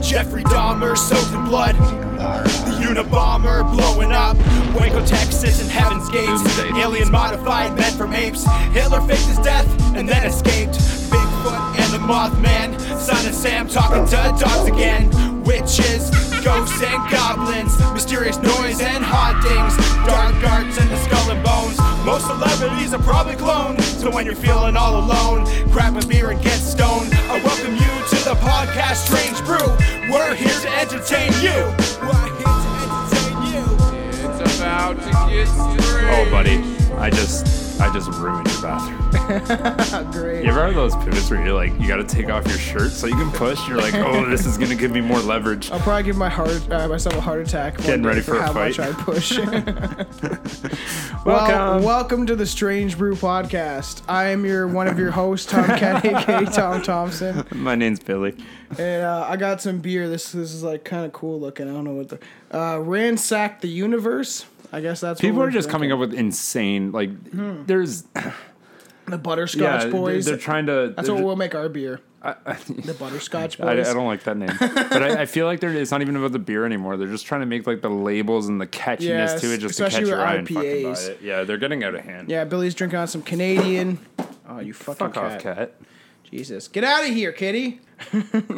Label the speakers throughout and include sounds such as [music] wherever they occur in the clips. Speaker 1: Jeffrey Dahmer soaked in blood. The Unabomber blowing up. Waco, Texas, and Heaven's Gates. Alien modified men from apes. Hitler faked his death and then escaped. Bigfoot and the Mothman. Son of Sam talking to dogs again. Witches, ghosts, and goblins. Mysterious noise and hauntings. Dark arts and the skull and bones. Most celebrities are probably cloned. So when you're feeling all alone, grab a beer and get stoned. I welcome you to the podcast Strange Brew. We're here to entertain you. We're here to entertain you.
Speaker 2: It's about to get strange.
Speaker 3: Oh, buddy, I just, I just ruined your bathroom.
Speaker 4: [laughs] Great.
Speaker 3: You ever have those pivots where you're like, you got to take off your shirt so you can push? You're like, oh, this is gonna give me more leverage.
Speaker 4: I'll probably give my heart uh, myself a heart attack. one
Speaker 3: Getting
Speaker 4: day
Speaker 3: ready for a
Speaker 4: how much I
Speaker 3: fight. [laughs]
Speaker 4: push. [laughs]
Speaker 3: Welcome.
Speaker 4: Well, welcome to the Strange Brew Podcast. I am your one of your hosts,
Speaker 3: [laughs]
Speaker 4: Tom Cat, aka Tom Thompson,
Speaker 3: My name's Billy.
Speaker 4: and uh, I got some beer. This this is like kind of cool looking. I don't know what the uh, ransack the universe. I guess that's
Speaker 3: People
Speaker 4: what
Speaker 3: are just coming up with insane, like, there's,
Speaker 4: The butterscotch
Speaker 3: yeah, they're,
Speaker 4: boys.
Speaker 3: they're trying to.
Speaker 4: that's
Speaker 3: they're-
Speaker 4: what we'll make our beer. the butterscotch
Speaker 3: [laughs]
Speaker 4: boys.
Speaker 3: I, I don't like that
Speaker 4: [laughs]
Speaker 3: name, but I, I feel like they're, it's not even about the beer anymore. They're just trying to make like the labels and the catchiness
Speaker 4: Yes,
Speaker 3: to it, just to catch
Speaker 4: especially
Speaker 3: your
Speaker 4: with
Speaker 3: eye and fucking buy
Speaker 4: IPAs.
Speaker 3: it. Yeah, they're getting out of hand.
Speaker 4: Yeah, Billy's drinking on
Speaker 3: [laughs]
Speaker 4: some Canadian. Oh, you fucking
Speaker 3: Fuck off,
Speaker 4: cat.
Speaker 3: cat.
Speaker 4: Jesus, get out of here, kitty. [laughs]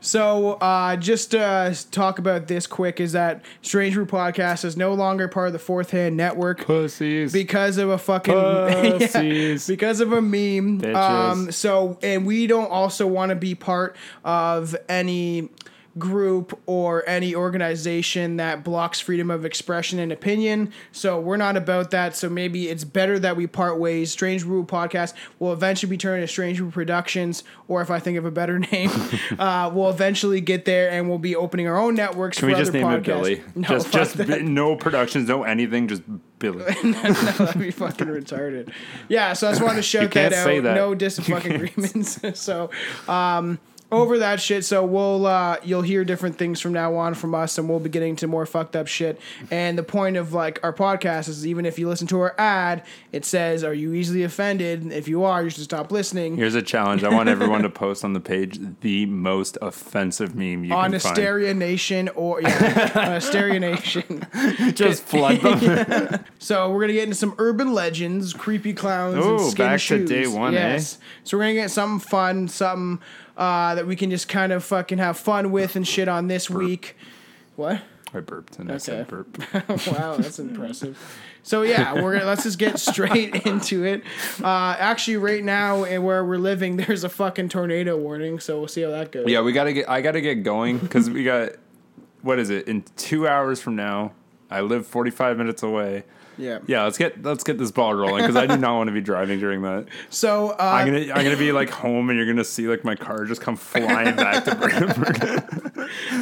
Speaker 4: so, uh, just to uh, talk about this quick is that Strange Brew Podcast is no longer part of the Fourth Hand Network
Speaker 3: Pussies.
Speaker 4: because of a fucking [laughs] Yeah,
Speaker 3: Pussies.
Speaker 4: because of a meme.
Speaker 3: Bitches.
Speaker 4: Um, so, and we don't also want to be part of any group or any organization that blocks freedom of expression and opinion. So we're not about that. So maybe it's better that we part ways. Strange Brew Podcast will eventually be turned into Strange Brew Productions, or if I think of a better [laughs] name, uh, we'll eventually get there and we'll be opening our own networks.
Speaker 3: Can
Speaker 4: for
Speaker 3: we just
Speaker 4: other
Speaker 3: name
Speaker 4: podcasts.
Speaker 3: it Billy?
Speaker 4: [laughs] No,
Speaker 3: just,
Speaker 4: fuck
Speaker 3: just
Speaker 4: that.
Speaker 3: bi- no productions, no anything, just Billy.
Speaker 4: [laughs] That'd be fucking retarded. Yeah, so I
Speaker 3: [laughs]
Speaker 4: just wanted to shout
Speaker 3: can't
Speaker 4: that out.
Speaker 3: say that.
Speaker 4: No disappointing agreements. [laughs] so um over that shit. So we'll uh you'll hear different things from now on from us and we'll be getting to more fucked up shit. And the point of like our podcast is even if you listen to our ad, it says, Are you easily offended? If you are, you should stop listening.
Speaker 3: Here's a challenge. I want everyone to post on the page the most offensive meme you
Speaker 4: on
Speaker 3: can
Speaker 4: Hysteria Nation or yeah,
Speaker 3: [laughs]
Speaker 4: on Hysteria Nation.
Speaker 3: find. Just flood
Speaker 4: [laughs]
Speaker 3: them.
Speaker 4: So we're gonna get into some urban legends, creepy clowns, and
Speaker 3: Ooh,
Speaker 4: skin
Speaker 3: back to
Speaker 4: shoes.
Speaker 3: day one, eh?
Speaker 4: yes. So we're gonna get something fun, something uh, that we can just kind of fucking have fun with and shit on this week. What? [laughs]
Speaker 3: I burped and I
Speaker 4: Okay.
Speaker 3: said burp.
Speaker 4: [laughs] wow, that's impressive. So yeah, we're gonna let's just get straight [laughs] into it. Uh, actually, right now and where we're living, [laughs] there's a fucking tornado warning. So we'll see how that goes.
Speaker 3: Yeah, we gotta get. I gotta get going because we got. What is it? In two hours from now, I live 45 minutes away.
Speaker 4: Yeah.
Speaker 3: Yeah, let's get let's get this ball rolling because I do not want to be driving during that.
Speaker 4: So uh,
Speaker 3: I'm gonna I'm gonna be like home and you're gonna see like my car just come flying back to
Speaker 4: [laughs]
Speaker 3: Brantford.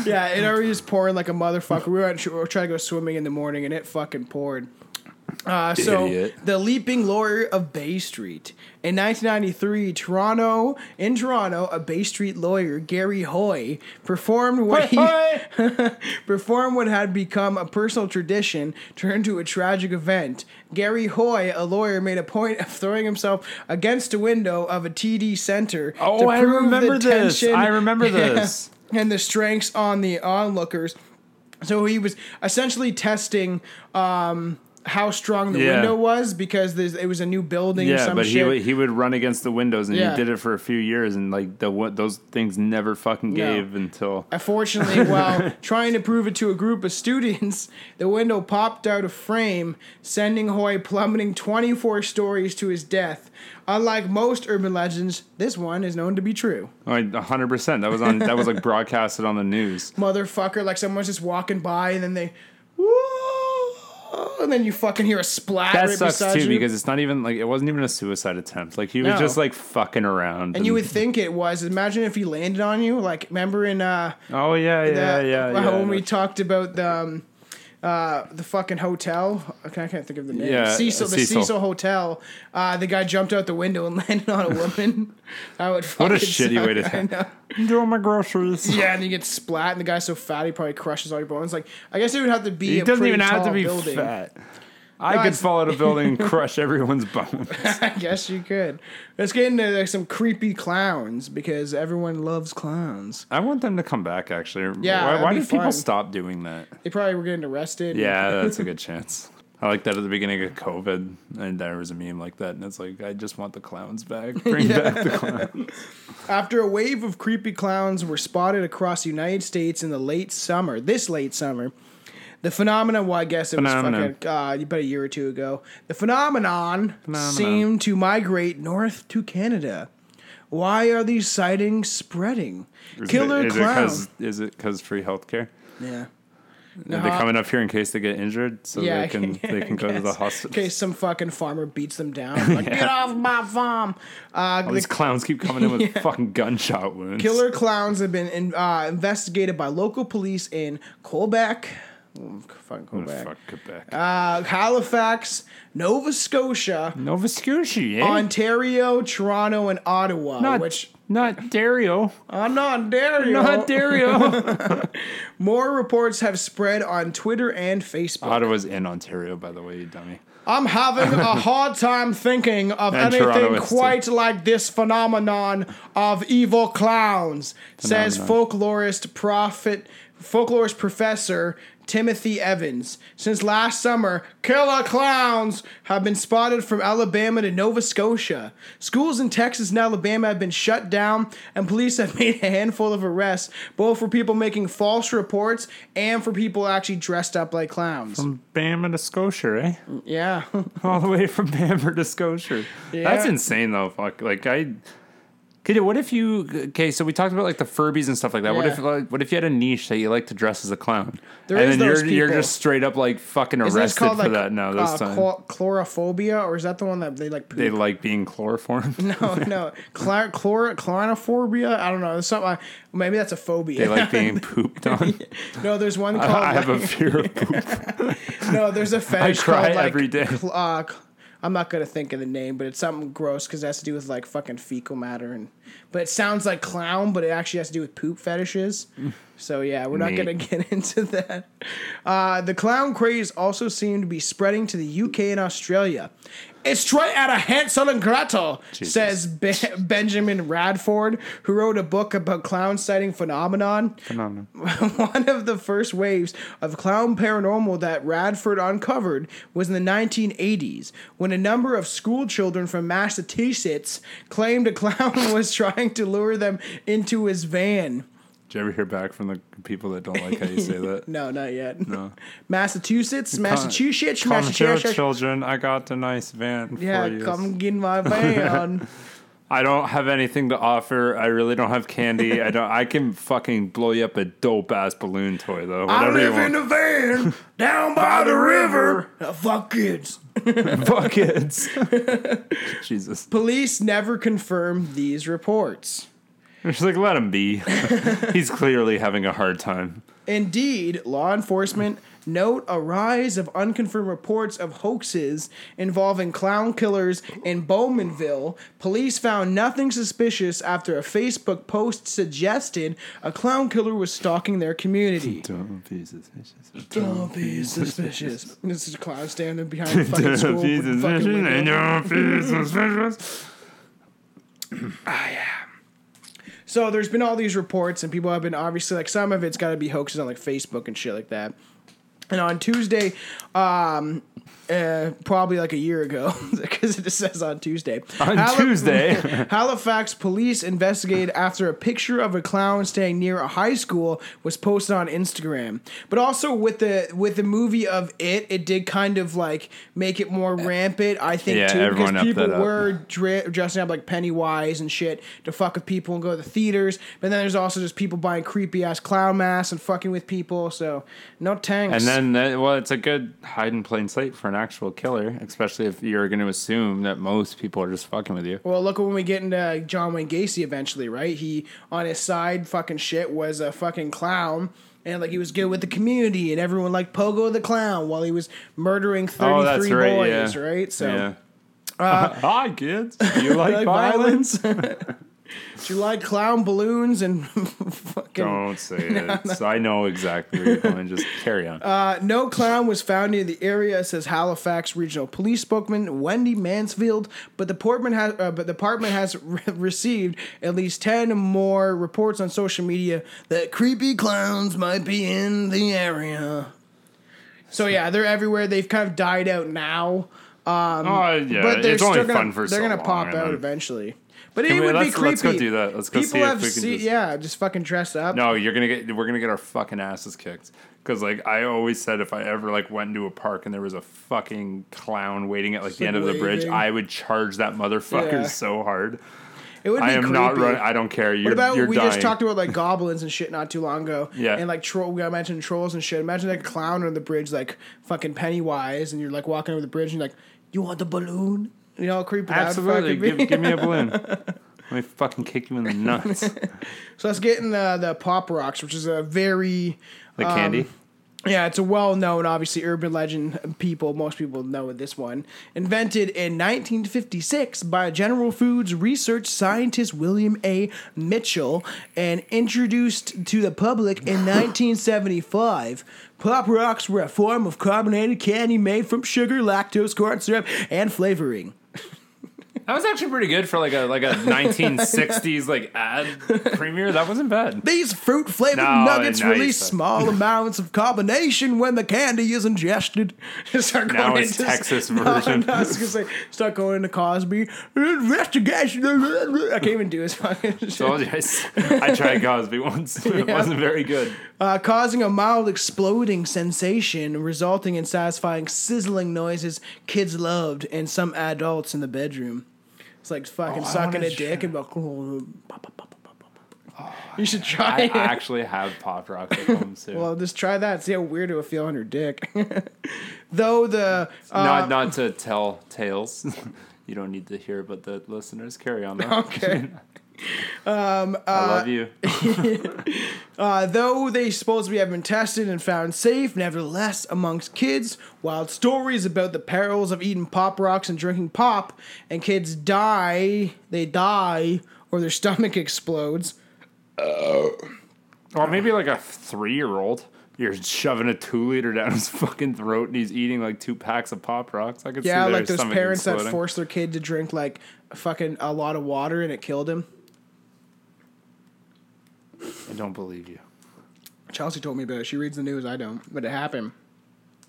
Speaker 4: Yeah, it already was pouring like a motherfucker. We were, at, we were trying to go swimming in the morning, and it fucking poured. Uh, so,
Speaker 3: Idiot.
Speaker 4: the Leaping Lawyer of Bay Street. In 1993, Toronto, in Toronto, a Bay Street lawyer, Gary Hoy, performed what he
Speaker 3: [laughs]
Speaker 4: performed what had become a personal tradition turned to a tragic event. Gary Hoy, a lawyer, made a point of throwing himself against a window of a TD Center.
Speaker 3: Oh, I
Speaker 4: prove the
Speaker 3: remember this.
Speaker 4: tension-
Speaker 3: I remember this.
Speaker 4: [laughs] and the strengths on the onlookers. So he was essentially testing um, how strong the
Speaker 3: Yeah.
Speaker 4: window was because there's, it was a new building or
Speaker 3: Yeah,
Speaker 4: some
Speaker 3: but he
Speaker 4: shit.
Speaker 3: would, he would run against the windows, and
Speaker 4: Yeah.
Speaker 3: he did it for a few years, and like the what those things never fucking
Speaker 4: No.
Speaker 3: gave until
Speaker 4: Unfortunately,
Speaker 3: [laughs]
Speaker 4: while trying to prove it to a group of students, the window popped out of frame, sending Hoy plummeting 24 stories to his death. Unlike most urban legends, this one is known to be true.
Speaker 3: like hundred percent. That was on that was like broadcasted on the news.
Speaker 4: Motherfucker, like someone's just walking by and then they, Whoa! and then you fucking hear a splat.
Speaker 3: That
Speaker 4: right
Speaker 3: sucks
Speaker 4: beside
Speaker 3: too
Speaker 4: you.
Speaker 3: because it's not even like it wasn't even a suicide attempt. Like he was
Speaker 4: No.
Speaker 3: just like fucking around.
Speaker 4: And you would think it was. Imagine if he landed on you. Like, remember in uh,
Speaker 3: oh yeah,
Speaker 4: the-
Speaker 3: yeah, yeah, yeah.
Speaker 4: when we
Speaker 3: yeah.
Speaker 4: talked about the um, uh, the fucking hotel. I can't, I can't think of the name.
Speaker 3: Yeah,
Speaker 4: Cecil, the
Speaker 3: Cecil.
Speaker 4: Cecil, Hotel. Uh, the guy jumped out the window and [laughs] landed on a woman. [laughs] I would.
Speaker 3: what a
Speaker 4: fucking
Speaker 3: shitty
Speaker 4: suck.
Speaker 3: way to. [laughs]
Speaker 4: I know.
Speaker 3: I'm doing my groceries.
Speaker 4: Yeah, and you get splat, and the guy's so fat he probably crushes all your bones. Like, I guess it would have to be.
Speaker 3: He
Speaker 4: a
Speaker 3: doesn't
Speaker 4: pretty
Speaker 3: even have
Speaker 4: tall
Speaker 3: to be
Speaker 4: building.
Speaker 3: fat. I could
Speaker 4: Guys-
Speaker 3: fall out of a building and crush everyone's bones.
Speaker 4: [laughs] I guess you could. Let's get into like, some creepy clowns because everyone loves clowns.
Speaker 3: I want them to come back. Actually,
Speaker 4: Yeah,
Speaker 3: Why,
Speaker 4: that'd
Speaker 3: why
Speaker 4: be
Speaker 3: did people
Speaker 4: fun.
Speaker 3: stop doing that?
Speaker 4: They probably were getting arrested.
Speaker 3: Yeah, that's
Speaker 4: [laughs]
Speaker 3: a good chance. I like that at the beginning of COVID, and there was a meme like that, and it's like, I just want the clowns back.
Speaker 4: [laughs]
Speaker 3: Bring back the clowns.
Speaker 4: After a wave of creepy clowns were spotted across the United States in the late summer, this late summer, the phenomenon, well, I guess it
Speaker 3: Phenomenon.
Speaker 4: was fucking, uh, about a year or two ago, the phenomenon
Speaker 3: Phenomenon.
Speaker 4: seemed to migrate north to Canada. Why are these sightings spreading? Killer
Speaker 3: is it,
Speaker 4: clown.
Speaker 3: Is it 'cause- is it because free healthcare?
Speaker 4: yeah.
Speaker 3: Are they coming up here in case they get injured, so
Speaker 4: Uh-huh. [laughs] Yeah,
Speaker 3: they can they can go to the hospital.
Speaker 4: In case some fucking farmer beats
Speaker 3: [laughs]
Speaker 4: them down. Like, Get off my farm. Uh,
Speaker 3: All [laughs]
Speaker 4: the
Speaker 3: these
Speaker 4: [laughs]
Speaker 3: clowns keep coming in with fucking gunshot wounds.
Speaker 4: killer clowns have been in, uh, investigated by local police in Quebec. Oh, fucking
Speaker 3: Oh,
Speaker 4: Quebec.
Speaker 3: Fuck Quebec.
Speaker 4: Uh, Halifax, Nova Scotia,
Speaker 3: Nova Scotia, eh?
Speaker 4: Ontario, Toronto, and Ottawa.
Speaker 3: not,
Speaker 4: which
Speaker 3: not Dario.
Speaker 4: I'm not Ontario.
Speaker 3: Not
Speaker 4: [laughs]
Speaker 3: Dario.
Speaker 4: More reports have spread on Twitter and Facebook.
Speaker 3: Ottawa's in Ontario, by the way, you dummy.
Speaker 4: I'm having
Speaker 3: [laughs]
Speaker 4: a hard time thinking of
Speaker 3: And Toronto
Speaker 4: anything
Speaker 3: is too.
Speaker 4: quite like this phenomenon of evil clowns, says folklorist prophet folklorist professor Timothy Evans. Since last summer, killer clowns have been spotted from Alabama to Nova Scotia. Schools in Texas and Alabama have been shut down, and police have [laughs] made a handful of arrests, both for people making false reports and for people actually dressed up like clowns.
Speaker 3: Bamber to Scotia, eh?
Speaker 4: yeah.
Speaker 3: [laughs] All the way from Bamber to Scotia. That's
Speaker 4: Yeah.
Speaker 3: insane, though. Fuck. Like, I. Kid, what if you. Okay, so we talked about, like, the Furbies and stuff like that. What
Speaker 4: Yeah.
Speaker 3: if like, what if you had a niche that you like to dress as a clown?
Speaker 4: There
Speaker 3: and
Speaker 4: is
Speaker 3: then
Speaker 4: those
Speaker 3: you're, you're
Speaker 4: people.
Speaker 3: just straight up, like, fucking
Speaker 4: Isn't this
Speaker 3: arrested for
Speaker 4: called, like,
Speaker 3: that now
Speaker 4: uh,
Speaker 3: this time.
Speaker 4: chlor- chlorophobia, or is that the one that they like? [laughs]
Speaker 3: they
Speaker 4: Poop?
Speaker 3: like being chloroformed.
Speaker 4: no, no, chlor- chlor- chlorophobia. I don't know. There's something. Like, maybe that's a phobia.
Speaker 3: [laughs] They like being pooped on.
Speaker 4: [laughs] no, there's one called.
Speaker 3: I have a
Speaker 4: like-
Speaker 3: fear of poop.
Speaker 4: no,
Speaker 3: [laughs]
Speaker 4: there's a fetish.
Speaker 3: cry
Speaker 4: called, like,
Speaker 3: every day.
Speaker 4: cl- uh, cl- I'm not gonna think of the name, but it's something gross because it has to do with like fucking fecal matter and. But it sounds like clown, but it actually has to do with
Speaker 3: [laughs]
Speaker 4: poop fetishes. So yeah, we're not
Speaker 3: Neat.
Speaker 4: gonna [laughs] get into that. Uh, the clown craze also seemed to be spreading to the UK and Australia. It's straight out of Hansel and Gretel, says Be- Benjamin Radford, who wrote a book about clown sighting phenomenon. Phenomenon. [laughs] One of the first waves of clown paranormal that Radford uncovered was in the 1980s, when a number of school children from Massachusetts claimed a clown [laughs] was trying to lure them into his van.
Speaker 3: Did you ever hear back from the people that don't like how you say
Speaker 4: [laughs]
Speaker 3: that?
Speaker 4: No, not yet. No. [laughs] Massachusetts, Massachusetts,
Speaker 3: Come here,
Speaker 4: Massachusetts.
Speaker 3: children. I got a nice van
Speaker 4: Yeah,
Speaker 3: for you.
Speaker 4: come get in my [laughs] van.
Speaker 3: I don't have anything to offer. I really don't have candy. I don't. I can fucking blow you up a dope ass balloon toy though.
Speaker 4: I
Speaker 3: Whatever
Speaker 4: live in
Speaker 3: you
Speaker 4: a van down by the river. Uh, fuck kids.
Speaker 3: [laughs] want. Fuck kids. Jesus.
Speaker 4: Police never confirmed these reports.
Speaker 3: She's like, let him be. He's clearly having a hard time.
Speaker 4: Indeed, law enforcement note a rise of unconfirmed reports of hoaxes involving clown killers in Bowmanville. Police found nothing suspicious after a Facebook post suggested a clown killer was stalking their community.
Speaker 3: Don't be suspicious.
Speaker 4: Don't be suspicious. This is a clown standing
Speaker 3: [laughs]
Speaker 4: behind the fucking school.
Speaker 3: Don't be
Speaker 4: with the fucking
Speaker 3: suspicious.
Speaker 4: window.
Speaker 3: and Don't be suspicious.
Speaker 4: So there's been all these reports, and people have been obviously like some of it's got to be hoaxes on like Facebook and shit like that. And on Tuesday, um, uh, probably like a year ago, [laughs] because it says on Tuesday.
Speaker 3: On [laughs]
Speaker 4: Hali-
Speaker 3: Tuesday.
Speaker 4: [laughs] Halifax police investigated after a picture of a clown staying near a high school was posted on Instagram. But also with the with the movie of it, it did kind of like make it more rampant. I think
Speaker 3: Eh, Yeah,
Speaker 4: too because
Speaker 3: everyone upped
Speaker 4: people
Speaker 3: that up.
Speaker 4: were were dre- dressing up like Pennywise and shit to fuck with people and go to the theaters. But then there's also just people buying creepy ass clown masks and fucking with people. So no tanks.
Speaker 3: And then, that, well, it's a good hide in plain sight for an actual killer, especially if you're going to assume that most people are just fucking with you.
Speaker 4: well, look when we get into John Wayne Gacy eventually, right? He on his side fucking shit was a fucking clown. And like he was good with the community, and everyone liked Pogo the clown while he was murdering
Speaker 3: Oh,
Speaker 4: thirty
Speaker 3: that's
Speaker 4: three
Speaker 3: right.
Speaker 4: boys,
Speaker 3: yeah.
Speaker 4: right? So uh, [laughs]
Speaker 3: yeah. [laughs] Hi, kids. Do you like,
Speaker 4: like
Speaker 3: violence?
Speaker 4: violence. [laughs] July clown balloons and [laughs] fucking
Speaker 3: Don't say it. I know exactly where you're going. Just carry on.
Speaker 4: No clown was found near the area, says Halifax Regional Police spokesman Wendy Mansfield. But the department has, uh, but the department has [laughs] re- received at least ten more reports on social media that creepy clowns might be in the area. So yeah, they're everywhere. They've kind of died out now,
Speaker 3: oh, yeah,
Speaker 4: but they're
Speaker 3: it's
Speaker 4: still
Speaker 3: only
Speaker 4: gonna,
Speaker 3: fun for
Speaker 4: they're
Speaker 3: so
Speaker 4: gonna
Speaker 3: long,
Speaker 4: pop
Speaker 3: and
Speaker 4: out
Speaker 3: then-
Speaker 4: eventually. But
Speaker 3: Can
Speaker 4: it
Speaker 3: we-
Speaker 4: would be
Speaker 3: let's-
Speaker 4: creepy.
Speaker 3: let's go do that. Let's go
Speaker 4: People
Speaker 3: see if
Speaker 4: have
Speaker 3: we can
Speaker 4: seen-
Speaker 3: just-
Speaker 4: yeah, just fucking dress up.
Speaker 3: No, you're gonna get we're gonna get our fucking asses kicked. Cause like I always said, if I ever like went into a park and there was a fucking clown waiting at like the
Speaker 4: like
Speaker 3: end of the bridge,
Speaker 4: waving.
Speaker 3: I would charge that motherfucker
Speaker 4: Yeah.
Speaker 3: so hard.
Speaker 4: It would be
Speaker 3: I am
Speaker 4: creepy.
Speaker 3: not running. I don't care. You're,
Speaker 4: What about
Speaker 3: you're
Speaker 4: we
Speaker 3: dying.
Speaker 4: just talked
Speaker 3: [laughs]
Speaker 4: about like goblins and shit not too long ago?
Speaker 3: Yeah.
Speaker 4: And like troll, we got mentioned trolls and shit. Imagine like a clown on the bridge, like fucking Pennywise, and you're like walking over the bridge and you're like, you want the balloon? You know, how creepy. that would
Speaker 3: Absolutely,
Speaker 4: fucking be?
Speaker 3: give, give me a balloon. Let me fucking kick you in the nuts.
Speaker 4: [laughs] so let's get in the, the pop rocks, which is a very
Speaker 3: The
Speaker 4: Um,
Speaker 3: candy.
Speaker 4: Yeah, it's a well known, obviously, urban legend. People, most people know this one. Invented in 1956 by General Foods research scientist William A. Mitchell and introduced to the public in 1975. Pop Rocks were a form of carbonated candy made from sugar, lactose, corn syrup, and flavoring.
Speaker 3: That was actually pretty good for like a
Speaker 4: [laughs]
Speaker 3: like a 1960s like ad premiere. That wasn't
Speaker 4: [laughs]
Speaker 3: bad.
Speaker 4: These fruit flavored
Speaker 3: No,
Speaker 4: nuggets
Speaker 3: no, you
Speaker 4: release
Speaker 3: suck. [laughs]
Speaker 4: small amounts of carbonation when the candy is ingested. [laughs] Start
Speaker 3: Now
Speaker 4: going
Speaker 3: it's
Speaker 4: into-
Speaker 3: Texas
Speaker 4: [laughs] No,
Speaker 3: version.
Speaker 4: no, I was gonna say, start going into Cosby. Investigation. [laughs] I can't even do his fucking [laughs] shit.
Speaker 3: Told you, I, s-
Speaker 4: [laughs]
Speaker 3: I tried Cosby once. [laughs] It
Speaker 4: Yeah.
Speaker 3: wasn't very
Speaker 4: [laughs]
Speaker 3: good.
Speaker 4: Uh, causing a mild exploding sensation, resulting in satisfying sizzling noises kids loved and some adults in the bedroom. It's like fucking
Speaker 3: Oh, I
Speaker 4: sucking
Speaker 3: wanna
Speaker 4: a dick and like, [laughs] you should try
Speaker 3: Ah, I
Speaker 4: it.
Speaker 3: actually have Pop Rocks at home too.
Speaker 4: Well, just try that. See how weird it would feel on your dick. [laughs] Though the [laughs] uh,
Speaker 3: not not to tell tales. [laughs] you don't need to hear about the listeners. Carry on.
Speaker 4: [laughs]
Speaker 3: Though. [laughs]
Speaker 4: okay.
Speaker 3: I love you.
Speaker 4: Uh, though they supposedly have been tested and found safe, nevertheless, amongst kids, wild stories about the perils of eating pop rocks and drinking pop, and kids die, they die, or their [laughs] stomach explodes.
Speaker 3: Or maybe like a three year old. You're shoving a two liter down his fucking throat, and he's eating like two packs of Pop Rocks. I could
Speaker 4: Yeah,
Speaker 3: see their
Speaker 4: like those
Speaker 3: stomach
Speaker 4: parents that
Speaker 3: exploding.
Speaker 4: forced their kid to drink like fucking a lot of water and it killed him.
Speaker 3: I don't believe you.
Speaker 4: Chelsea told me about it. She reads the news. I don't, but it happened.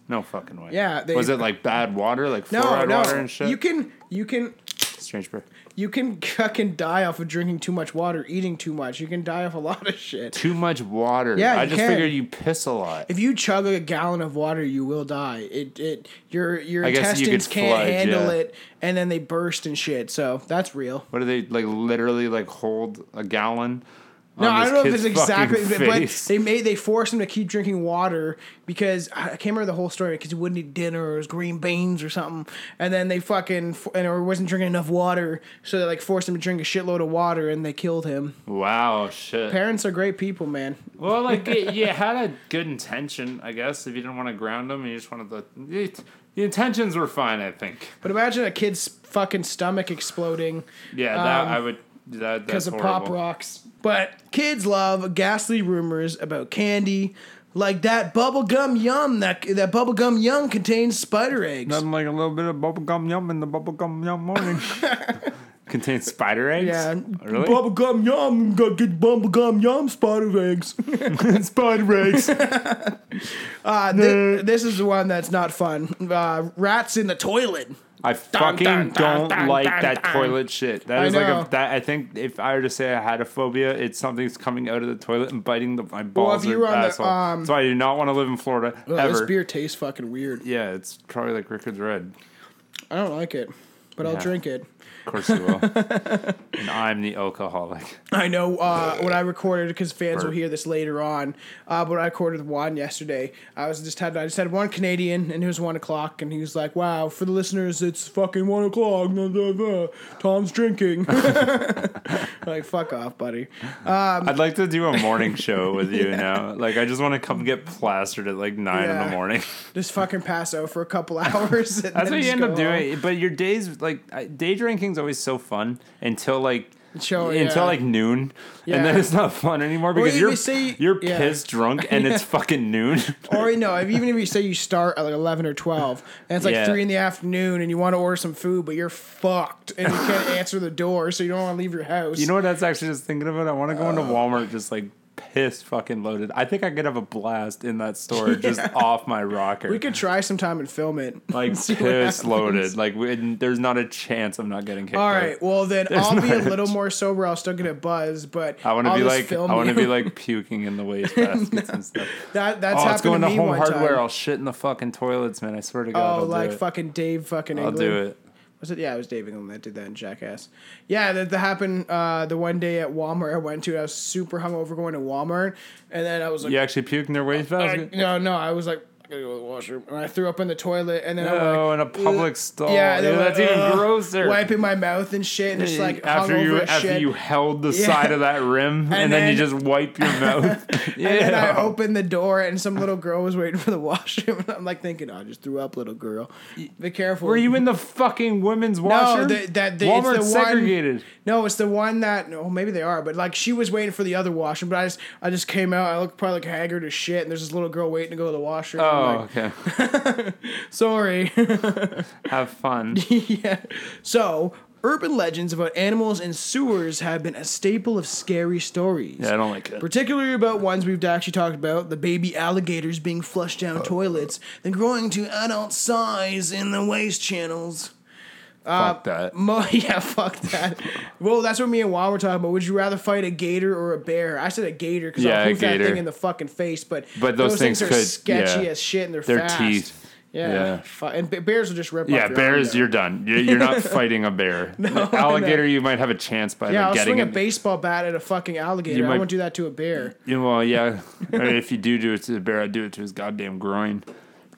Speaker 3: No fucking way.
Speaker 4: Yeah, they-
Speaker 3: was it like bad water, like
Speaker 4: No,
Speaker 3: fluoride
Speaker 4: no,
Speaker 3: water and shit?
Speaker 4: you can, you can,
Speaker 3: Strange bird.
Speaker 4: you can [laughs] fucking die off of drinking too much water, eating too much. You can die off a lot of shit.
Speaker 3: Too much water.
Speaker 4: Yeah,
Speaker 3: I
Speaker 4: you
Speaker 3: just
Speaker 4: can.
Speaker 3: figured you piss a lot.
Speaker 4: if you chug a gallon of water, you will die. It it your your
Speaker 3: I guess you could
Speaker 4: intestines can't
Speaker 3: flood,
Speaker 4: handle
Speaker 3: yeah.
Speaker 4: it, and then they burst and shit. So that's real.
Speaker 3: What do they like? Literally, like hold a gallon.
Speaker 4: No,
Speaker 3: on
Speaker 4: I
Speaker 3: this
Speaker 4: don't know if it's
Speaker 3: kid's
Speaker 4: exactly,
Speaker 3: fucking
Speaker 4: but
Speaker 3: face?
Speaker 4: they made they forced him to keep drinking water because I can't remember the whole story because he wouldn't eat dinner or his green beans or something, and then they fucking f- and or wasn't drinking enough water, so they like forced him to drink a shitload of water and they killed him.
Speaker 3: Wow, shit.
Speaker 4: Parents are great people, man.
Speaker 3: Well, like it, you had a good intention, I guess. If you didn't want to ground them, you just wanted the it, the intentions were fine. I think.
Speaker 4: But imagine a kid's fucking stomach exploding.
Speaker 3: Yeah, that I would. That that's
Speaker 4: because Um, of
Speaker 3: horrible.
Speaker 4: pop rocks. But kids love ghastly rumors about candy, like that bubblegum yum that that bubblegum yum contains spider eggs.
Speaker 3: like a little bit of bubblegum yum in the bubblegum yum
Speaker 4: [laughs]
Speaker 3: morning. Contains spider eggs.
Speaker 4: yeah,
Speaker 3: Oh, really.
Speaker 4: bubblegum yum, gotta get bubblegum yum spider eggs.
Speaker 3: spider eggs.
Speaker 4: Uh, thi- this is the one that's not fun. Uh, rats in the toilet.
Speaker 3: [laughs] I fucking
Speaker 4: dun, dun,
Speaker 3: don't
Speaker 4: dun,
Speaker 3: like
Speaker 4: dun,
Speaker 3: that
Speaker 4: dun.
Speaker 3: toilet shit. That
Speaker 4: I
Speaker 3: is
Speaker 4: know.
Speaker 3: like a, that. I think if I were to say I had a phobia, it's something's coming out of the toilet and biting the, my
Speaker 4: if
Speaker 3: balls
Speaker 4: you
Speaker 3: or
Speaker 4: were on the,
Speaker 3: asshole.
Speaker 4: um,
Speaker 3: so I do not want to live in Florida
Speaker 4: Ugh,
Speaker 3: ever.
Speaker 4: this beer tastes fucking weird.
Speaker 3: yeah, it's probably like Rickard's Red.
Speaker 4: I don't like it, but I'll
Speaker 3: Yeah.
Speaker 4: drink it.
Speaker 3: Of course you
Speaker 4: [laughs]
Speaker 3: will. and I'm the alcoholic.
Speaker 4: I know uh, when I recorded because fans will
Speaker 3: Burp.
Speaker 4: hear this later on. Uh, but I recorded with Juan yesterday. I was just had I just had one Canadian and it was one o'clock and he was like, "Wow, for the listeners, it's fucking one o'clock." blah, blah, blah. Tom's drinking. [laughs] like fuck off, buddy. Um,
Speaker 3: I'd like to do a
Speaker 4: [laughs]
Speaker 3: morning show with you now. Like I just want to come get plastered at like nine in
Speaker 4: Yeah.
Speaker 3: the morning.
Speaker 4: Just fucking pass out for a couple [laughs] hours. and
Speaker 3: That's what
Speaker 4: then
Speaker 3: you
Speaker 4: just
Speaker 3: end
Speaker 4: go
Speaker 3: up
Speaker 4: home.
Speaker 3: doing. But your days like I- day drinking's always so fun until like
Speaker 4: show
Speaker 3: until
Speaker 4: yeah.
Speaker 3: like noon,
Speaker 4: Yeah.
Speaker 3: and then it's not fun anymore because
Speaker 4: if
Speaker 3: you're
Speaker 4: you see-
Speaker 3: you're
Speaker 4: yeah.
Speaker 3: pissed drunk and
Speaker 4: [laughs]
Speaker 3: it's fucking noon. [laughs]
Speaker 4: or you know, if- even if you say you start at like eleven or twelve, and it's like
Speaker 3: Yeah.
Speaker 4: three in the afternoon, and you want to order some food, but you're fucked, and you
Speaker 3: [laughs]
Speaker 4: can't answer the door, so you don't want to leave your house.
Speaker 3: you know what? That's actually just thinking of it. I want to go into
Speaker 4: Oh.
Speaker 3: Walmart just like pissed fucking loaded. I think I could have a blast in that store
Speaker 4: [laughs]
Speaker 3: just off my rocker.
Speaker 4: we could try sometime and film it.
Speaker 3: like
Speaker 4: [laughs] See what
Speaker 3: piss loaded.
Speaker 4: happens.
Speaker 3: Like we, and there's not a chance I'm not getting kicked.
Speaker 4: All
Speaker 3: out.
Speaker 4: right, well then
Speaker 3: There's
Speaker 4: I'll be a
Speaker 3: not-
Speaker 4: little more sober. I'll still get a buzz, but
Speaker 3: I want to
Speaker 4: I'll
Speaker 3: be
Speaker 4: just
Speaker 3: like
Speaker 4: film
Speaker 3: I want to
Speaker 4: you.
Speaker 3: be like puking in the waste baskets and stuff.
Speaker 4: [laughs] that. That's
Speaker 3: oh,
Speaker 4: happened
Speaker 3: it's going
Speaker 4: to
Speaker 3: to
Speaker 4: me
Speaker 3: Home
Speaker 4: one
Speaker 3: Hardware.
Speaker 4: time.
Speaker 3: I'll shit in the fucking toilets, man. I swear to God.
Speaker 4: Oh,
Speaker 3: I'll
Speaker 4: like
Speaker 3: do it.
Speaker 4: fucking Dave fucking
Speaker 3: I'll
Speaker 4: England.
Speaker 3: do it.
Speaker 4: Was it? Yeah, it was Dave England that did that in Jackass. Yeah, that, that happened uh, the one day at Walmart I went to. I was super hungover going to Walmart, and then I was like,
Speaker 3: You actually puke in their waste
Speaker 4: I,
Speaker 3: basket?
Speaker 4: Uh, no, no, I was like, I gotta go to the washroom, and I threw up in the toilet, and then I'm like,
Speaker 3: Oh, in a public stall.
Speaker 4: yeah,
Speaker 3: Yeah,
Speaker 4: and then
Speaker 3: that's
Speaker 4: like,
Speaker 3: even
Speaker 4: ugh,
Speaker 3: grosser.
Speaker 4: Wiping my mouth and shit, and just like
Speaker 3: after
Speaker 4: hungover
Speaker 3: you
Speaker 4: as
Speaker 3: after
Speaker 4: shit.
Speaker 3: you held the side of that
Speaker 4: [laughs]
Speaker 3: rim and, then, you
Speaker 4: then-
Speaker 3: just wipe
Speaker 4: [laughs]
Speaker 3: your mouth. yeah.
Speaker 4: And then I opened the door, and some little girl was waiting for the washroom, [laughs] and I'm like thinking, oh, I just threw up, little girl. Be careful.
Speaker 3: Were you in the fucking women's washroom?
Speaker 4: the- that- the- it's
Speaker 3: Walmart
Speaker 4: the one-
Speaker 3: segregated.
Speaker 4: No, it's the one that. No, maybe they are, but like she was waiting for the other washroom. But I just, I just came out. I looked probably like haggard as shit. And there's this little girl waiting to go to the washroom. I'm
Speaker 3: Oh,
Speaker 4: like,
Speaker 3: okay.
Speaker 4: sorry.
Speaker 3: [laughs]
Speaker 4: [laughs]
Speaker 3: Have fun.
Speaker 4: yeah. So, urban legends about animals and sewers have been a staple of scary stories.
Speaker 3: Yeah, I don't like it.
Speaker 4: Particularly about ones we've actually talked about, the baby alligators being flushed down
Speaker 3: Oh.
Speaker 4: toilets, then growing to adult size in the waste channels.
Speaker 3: Fuck that.
Speaker 4: Uh, [laughs] Mo- yeah, fuck that. well, that's what me and Juan were talking about. Would you rather fight a gator or a bear? I said a gator because
Speaker 3: Yeah,
Speaker 4: I'll
Speaker 3: a
Speaker 4: hoof that
Speaker 3: gator.
Speaker 4: thing in the fucking face. But
Speaker 3: But those things
Speaker 4: are
Speaker 3: could-
Speaker 4: sketchy
Speaker 3: yeah.
Speaker 4: as shit and they're
Speaker 3: Their
Speaker 4: fast.
Speaker 3: teeth.
Speaker 4: Yeah,
Speaker 3: Yeah.
Speaker 4: fu- and b- bears will just rip.
Speaker 3: Yeah,
Speaker 4: off your
Speaker 3: bears,
Speaker 4: arm,
Speaker 3: you're done. You're, you're
Speaker 4: [laughs]
Speaker 3: not fighting a bear. Alligator, you might have a chance by
Speaker 4: Yeah,
Speaker 3: like,
Speaker 4: I'll
Speaker 3: getting
Speaker 4: swing a
Speaker 3: it.
Speaker 4: baseball bat at a fucking alligator.
Speaker 3: You
Speaker 4: I
Speaker 3: might-
Speaker 4: won't do that to a bear.
Speaker 3: Yeah, well,
Speaker 4: [laughs]
Speaker 3: yeah. Or if you do do it to the bear, I'd do it to his goddamn groin.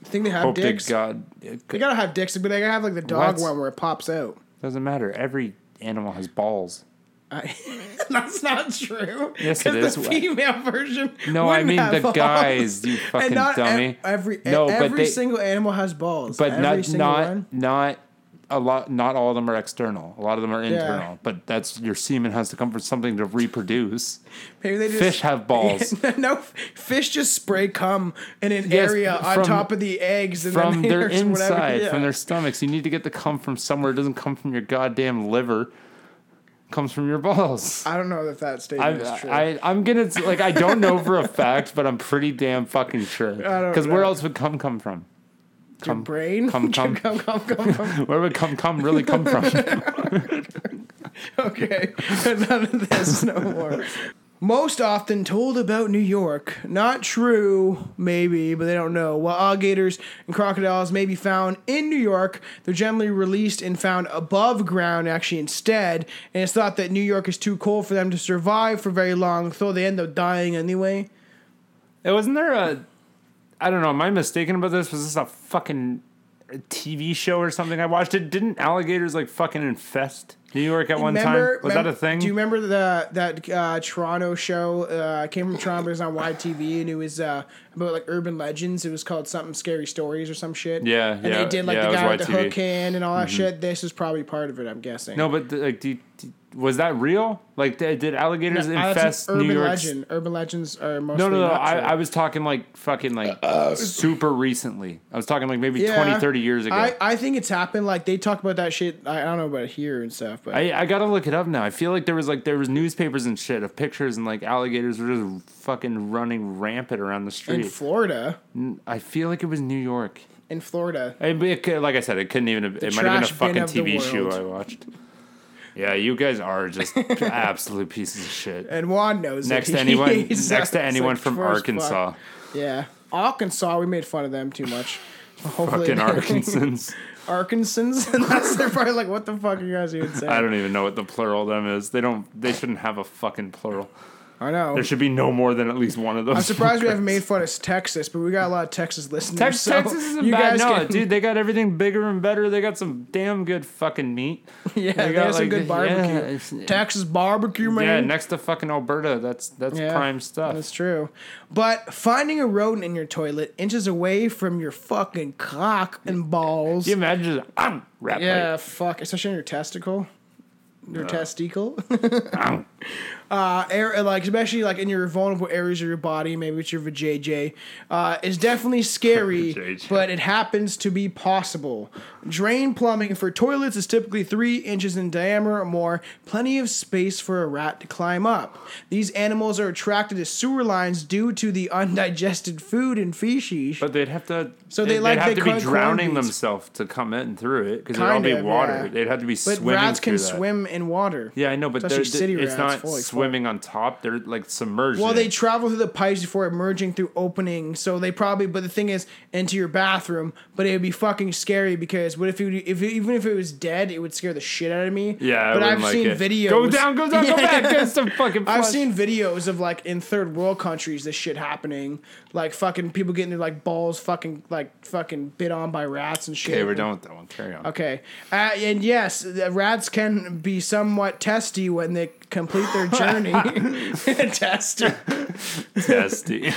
Speaker 4: Think they have
Speaker 3: Hope
Speaker 4: dicks?
Speaker 3: to God it
Speaker 4: They gotta have dicks, but they gotta have like the dog
Speaker 3: What?
Speaker 4: one where it pops out.
Speaker 3: doesn't matter. Every animal has balls.
Speaker 4: I, [laughs] that's not true.
Speaker 3: Yes, it
Speaker 4: 'cause
Speaker 3: is.
Speaker 4: The female version.
Speaker 3: No, I
Speaker 4: wouldn't
Speaker 3: mean
Speaker 4: have
Speaker 3: the
Speaker 4: balls.
Speaker 3: guys. You fucking
Speaker 4: [laughs] and not ev-
Speaker 3: dummy.
Speaker 4: every e-,
Speaker 3: No, but
Speaker 4: every
Speaker 3: they-
Speaker 4: single animal has balls.
Speaker 3: but
Speaker 4: every
Speaker 3: not
Speaker 4: single
Speaker 3: not
Speaker 4: one.
Speaker 3: not a lot. Not all of them are external. A lot of them are internal. But that's your semen has to come from something to reproduce.
Speaker 4: Maybe they [laughs] just,
Speaker 3: Fish have balls.
Speaker 4: [laughs] no, fish just spray cum in an
Speaker 3: Yes,
Speaker 4: area on
Speaker 3: from-
Speaker 4: top of the eggs and
Speaker 3: from
Speaker 4: [laughs] then they
Speaker 3: their
Speaker 4: just whatever-
Speaker 3: inside,
Speaker 4: yeah.
Speaker 3: from their stomachs. You need to get the cum from somewhere. It doesn't come from your goddamn liver. It comes from your balls.
Speaker 4: I don't know if that
Speaker 3: I,
Speaker 4: statement is true.
Speaker 3: I, I'm gonna like I don't know for
Speaker 4: [laughs]
Speaker 3: a fact, but I'm pretty damn fucking sure.
Speaker 4: I don't
Speaker 3: Because where
Speaker 4: know.
Speaker 3: else would cum come from?
Speaker 4: Your brain. [laughs]
Speaker 3: cum,
Speaker 4: Cum,
Speaker 3: cum.
Speaker 4: cum, cum,
Speaker 3: [laughs]
Speaker 4: cum, cum.
Speaker 3: Where would cum cum really come
Speaker 4: [laughs]
Speaker 3: from?
Speaker 4: Okay, none of this no more. Most often told about New York. Not true, maybe, but they don't know. While alligators and crocodiles may be found in New York, they're generally released and found above ground, actually, instead. And it's thought that New York is too cold for them to survive for very long, so they end up dying anyway.
Speaker 3: It wasn't there a. I don't know. Am I mistaken about this? Was this a fucking TV show or something I watched? It didn't alligators like fucking infest New York at one time? Was that
Speaker 4: remem-
Speaker 3: a thing?
Speaker 4: Do you remember the that uh, Toronto show? Uh, came from Toronto, but it was on YTV, and it was uh, about like urban legends. It was called something scary stories or some shit.
Speaker 3: Yeah,
Speaker 4: and
Speaker 3: yeah,
Speaker 4: They did like
Speaker 3: yeah,
Speaker 4: the
Speaker 3: it was
Speaker 4: guy with the
Speaker 3: YTV.
Speaker 4: hook hand and all that shit. This is probably part of it, I'm guessing.
Speaker 3: Mm-hmm. no, but like, do, you- do, was that real? Like, did, did alligators
Speaker 4: Uh, that's
Speaker 3: infest
Speaker 4: an
Speaker 3: New
Speaker 4: urban
Speaker 3: York?
Speaker 4: legend. Urban legends are mostly
Speaker 3: No, no, no.
Speaker 4: not
Speaker 3: I,
Speaker 4: true. Uh,
Speaker 3: I was talking like fucking like super recently. I was talking like maybe
Speaker 4: Yeah.
Speaker 3: twenty, thirty 20, 30 years ago.
Speaker 4: I,
Speaker 3: I,
Speaker 4: I think it's happened. Like they talk about that shit. I, I don't know about it here and stuff, but
Speaker 3: I, gotta look it up now. I feel like there was like there was newspapers and shit of pictures and like alligators were just fucking running rampant around the
Speaker 4: in
Speaker 3: street.
Speaker 4: Florida,
Speaker 3: I feel like it was New York.
Speaker 4: in Florida,
Speaker 3: I mean, it could- like I said, it couldn't even. Have, it might have been a
Speaker 4: trash bin
Speaker 3: fucking
Speaker 4: of the
Speaker 3: TV show
Speaker 4: world.
Speaker 3: I watched. Yeah, you guys are
Speaker 4: [laughs]
Speaker 3: just absolute pieces of shit.
Speaker 4: and Juan knows it.
Speaker 3: Next to anyone,
Speaker 4: [laughs] He's,
Speaker 3: next to
Speaker 4: uh, it's
Speaker 3: anyone
Speaker 4: like,
Speaker 3: from
Speaker 4: "Sure as fuck." [laughs]
Speaker 3: Arkansas,
Speaker 4: Yeah. Arkansas, we made fun of them too much. Hopefully,
Speaker 3: [laughs] fucking
Speaker 4: [laughs]
Speaker 3: Arkansans.
Speaker 4: Arkansans, [laughs] and that's they're probably like, "What the fuck are you guys even saying?"
Speaker 3: I don't even know what the plural of them is. They don't. They shouldn't have a fucking plural.
Speaker 4: I know.
Speaker 3: There should be no more than at least one of those. [laughs]
Speaker 4: I'm surprised we haven't made fun of Texas, but we got a lot of Texas listeners.
Speaker 3: Tex-
Speaker 4: so
Speaker 3: Texas isn't
Speaker 4: you
Speaker 3: bad.
Speaker 4: guys
Speaker 3: No,
Speaker 4: can-
Speaker 3: dude, they got everything bigger and better. They got some damn good fucking
Speaker 4: [laughs]
Speaker 3: meat.
Speaker 4: [laughs] yeah, they,
Speaker 3: got,
Speaker 4: got some
Speaker 3: like,
Speaker 4: good
Speaker 3: yeah,
Speaker 4: barbecue.
Speaker 3: it's-
Speaker 4: Texas barbecue, man.
Speaker 3: Yeah, next to fucking Alberta, that's that's
Speaker 4: Yeah,
Speaker 3: prime stuff.
Speaker 4: That's true. But finding a rodent in your toilet inches away from your fucking cock and balls.
Speaker 3: Can you imagine? I'm rap
Speaker 4: yeah, fuck. Especially in your testicle. your testicle. [laughs] uh, air, like especially like in your vulnerable areas of your body, maybe it's your vajayjay, uh, is definitely scary,
Speaker 3: Vajayjay.
Speaker 4: but it happens to be possible. Drain plumbing for toilets is typically three inches in diameter or more, plenty of space for a rat to climb up. These animals are attracted to sewer lines due to the undigested food and feces.
Speaker 3: But they'd have to.
Speaker 4: So
Speaker 3: they'd-
Speaker 4: they like
Speaker 3: they'd have
Speaker 4: the
Speaker 3: to be
Speaker 4: corn- corn
Speaker 3: drowning
Speaker 4: beans.
Speaker 3: themselves to come in through it because it'd all
Speaker 4: Kind
Speaker 3: be
Speaker 4: of,
Speaker 3: water.
Speaker 4: yeah.
Speaker 3: They'd have to be
Speaker 4: but
Speaker 3: swimming
Speaker 4: rats can
Speaker 3: through that.
Speaker 4: swim in water.
Speaker 3: Yeah, I know, but they're,
Speaker 4: Especially city
Speaker 3: it's
Speaker 4: rats,
Speaker 3: not
Speaker 4: full, like, full.
Speaker 3: swimming on top. They're like submerged.
Speaker 4: Well,
Speaker 3: in
Speaker 4: they
Speaker 3: it.
Speaker 4: travel through the pipes before emerging through openings, so they probably. But the thing is, into your bathroom. But it would be fucking scary because what if you if it- even if it was dead, it would scare the shit out of me.
Speaker 3: Yeah, I
Speaker 4: but
Speaker 3: wouldn't
Speaker 4: I've
Speaker 3: like
Speaker 4: seen
Speaker 3: it.
Speaker 4: videos.
Speaker 3: Go down, go down, go
Speaker 4: [laughs] Yeah.
Speaker 3: back. That's the fucking.
Speaker 4: I've
Speaker 3: flush.
Speaker 4: seen videos of like in third world countries this shit happening, like fucking people getting their like balls fucking like fucking bit on by rats and shit.
Speaker 3: Okay, we're done with that one. Carry on.
Speaker 4: Okay, uh, and yes, the rats can be somewhat testy when they complete
Speaker 3: [laughs]
Speaker 4: their journey. [laughs] testy.
Speaker 3: [laughs]
Speaker 4: [laughs]
Speaker 3: Testy.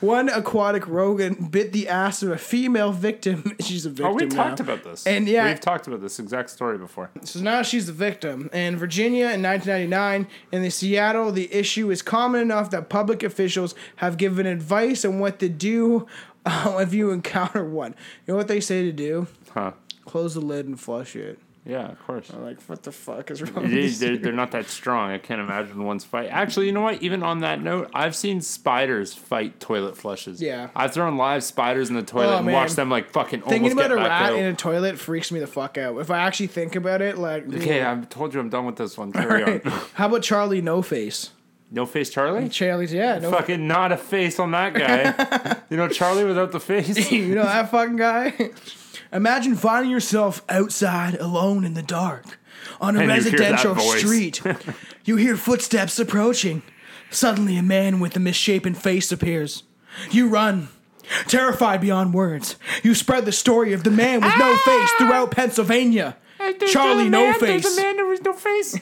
Speaker 4: One aquatic rodent bit the ass of a female victim. [laughs] She's a victim.
Speaker 3: oh, we
Speaker 4: now.
Speaker 3: talked about this.
Speaker 4: And yeah-
Speaker 3: we've talked about this exact story before. [laughs]
Speaker 4: So now she's the victim. In Virginia in 1999, in the Seattle, the issue is common enough that public officials have given advice on what to do uh, [laughs] if you encounter one. You know what they say to do?
Speaker 3: Huh?
Speaker 4: Close the lid and flush it.
Speaker 3: Yeah, of course.
Speaker 4: Like, what the fuck is wrong with
Speaker 3: They-
Speaker 4: this? [laughs]
Speaker 3: they're, they're not that strong. I can't imagine one's fight. Actually, you know what? Even on that note, I've seen spiders fight toilet flushes.
Speaker 4: Yeah.
Speaker 3: I've thrown live spiders in the toilet
Speaker 4: Oh,
Speaker 3: and
Speaker 4: man.
Speaker 3: watched them like fucking
Speaker 4: Thinking
Speaker 3: almost
Speaker 4: about
Speaker 3: get
Speaker 4: a
Speaker 3: back
Speaker 4: rat
Speaker 3: out.
Speaker 4: in a toilet freaks me the fuck out. If I actually think about it, like,
Speaker 3: Okay, I've told you I'm done with
Speaker 4: [laughs]
Speaker 3: this one. Carry on.
Speaker 4: how about Charlie No Face?
Speaker 3: No face, Charlie.
Speaker 4: Charlie's, yeah, no
Speaker 3: Fucking not a face on that
Speaker 4: [laughs]
Speaker 3: guy. you know Charlie without the face.
Speaker 4: you know that fucking guy? Imagine finding yourself outside alone in the dark on a
Speaker 3: And you hear that
Speaker 4: residential
Speaker 3: voice. [laughs]
Speaker 4: street. you hear footsteps approaching. Suddenly, a man with a misshapen face appears. You run. Terrified beyond words, you spread the story of the man with no face throughout Pennsylvania. Charlie No Face.
Speaker 3: Ah! man there was no face.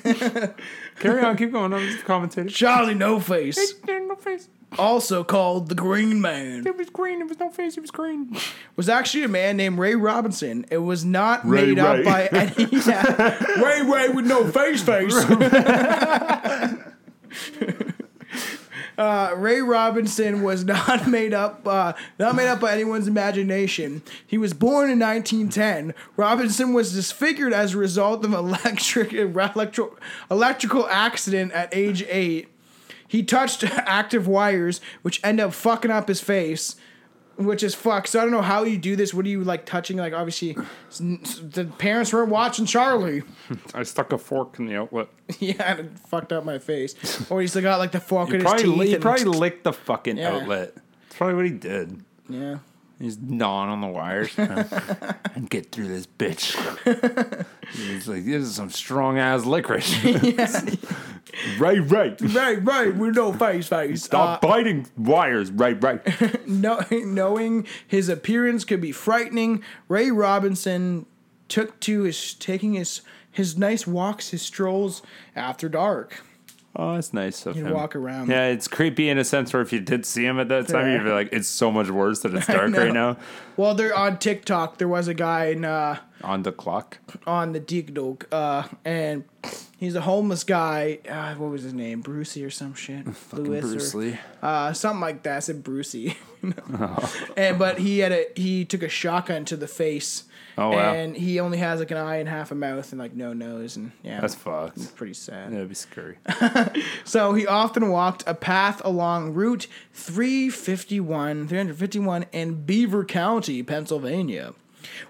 Speaker 4: [laughs]
Speaker 3: Carry on, keep going. I'm just commentating.
Speaker 4: Charlie No Face,
Speaker 3: There was no face.
Speaker 4: also called the Green Man.
Speaker 3: It was green. It was no face. It was green.
Speaker 4: was actually a man named Ray Robinson. It was not
Speaker 3: Ray
Speaker 4: made up
Speaker 3: Ray.
Speaker 4: by
Speaker 3: [laughs]
Speaker 4: any yeah. Ray Ray with no face face. [laughs] Uh, Ray Robinson was not [laughs] made up, uh, not made up by anyone's imagination. He was born in 1910. Robinson was disfigured as a result of electric electro, electrical accident at age eight. He touched [laughs] active wires, which end up fucking up his face which is fuck. So I don't know how you do this. What are you like touching? Like obviously, s- s- the parents weren't watching Charlie.
Speaker 3: [laughs]
Speaker 4: [laughs]
Speaker 3: I stuck a fork in the outlet.
Speaker 4: yeah, and it fucked up my face. Or he's got like the fork in his
Speaker 3: Probably,
Speaker 4: teeth.
Speaker 3: li- he
Speaker 4: and-
Speaker 3: probably licked the fucking
Speaker 4: Yeah.
Speaker 3: outlet. That's probably what he did.
Speaker 4: yeah.
Speaker 3: He's gnawing on the wires.
Speaker 4: [laughs]
Speaker 3: [laughs] and get through this bitch. [laughs] He's like, this is some strong ass licorice.
Speaker 4: [laughs]
Speaker 3: [laughs] right, right.
Speaker 4: Right, right, with no face, face. Uh,
Speaker 3: Stop biting wires. Right, right.
Speaker 4: [laughs] no, knowing his appearance could be frightening, Ray Robinson took to his taking his his nice walks, his strolls after dark.
Speaker 3: Oh, that's nice of
Speaker 4: You
Speaker 3: him.
Speaker 4: walk around.
Speaker 3: Yeah, it's creepy in a sense where if you did see him at that time,
Speaker 4: Yeah.
Speaker 3: you'd be like, it's so much worse that
Speaker 4: [laughs]
Speaker 3: it's dark
Speaker 4: know.
Speaker 3: right now.
Speaker 4: Well, they're on TikTok. There was a guy in. Uh,
Speaker 3: On the clock.
Speaker 4: on the Dig Dog, uh, and he's a homeless guy. Uh, what was his name? Brucey or some shit.
Speaker 3: [laughs]
Speaker 4: Lewis
Speaker 3: Bruce
Speaker 4: or
Speaker 3: Lee.
Speaker 4: uh, something like that. I said Brucey.
Speaker 3: [laughs]
Speaker 4: [laughs]
Speaker 3: Oh.
Speaker 4: and but he had a he took a shotgun to the face.
Speaker 3: Oh, wow.
Speaker 4: And he only has like an eye and half a mouth and like no nose and yeah.
Speaker 3: That's fucked.
Speaker 4: it's pretty sad.
Speaker 3: That'd be scary.
Speaker 4: So he often walked a path along Route 351, 351 in Beaver County, Pennsylvania.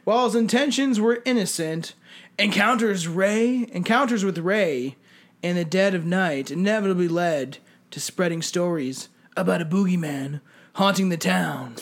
Speaker 4: While his intentions were innocent, encounters Ray encounters with Ray in the dead of night inevitably led to spreading stories about a boogeyman haunting the town.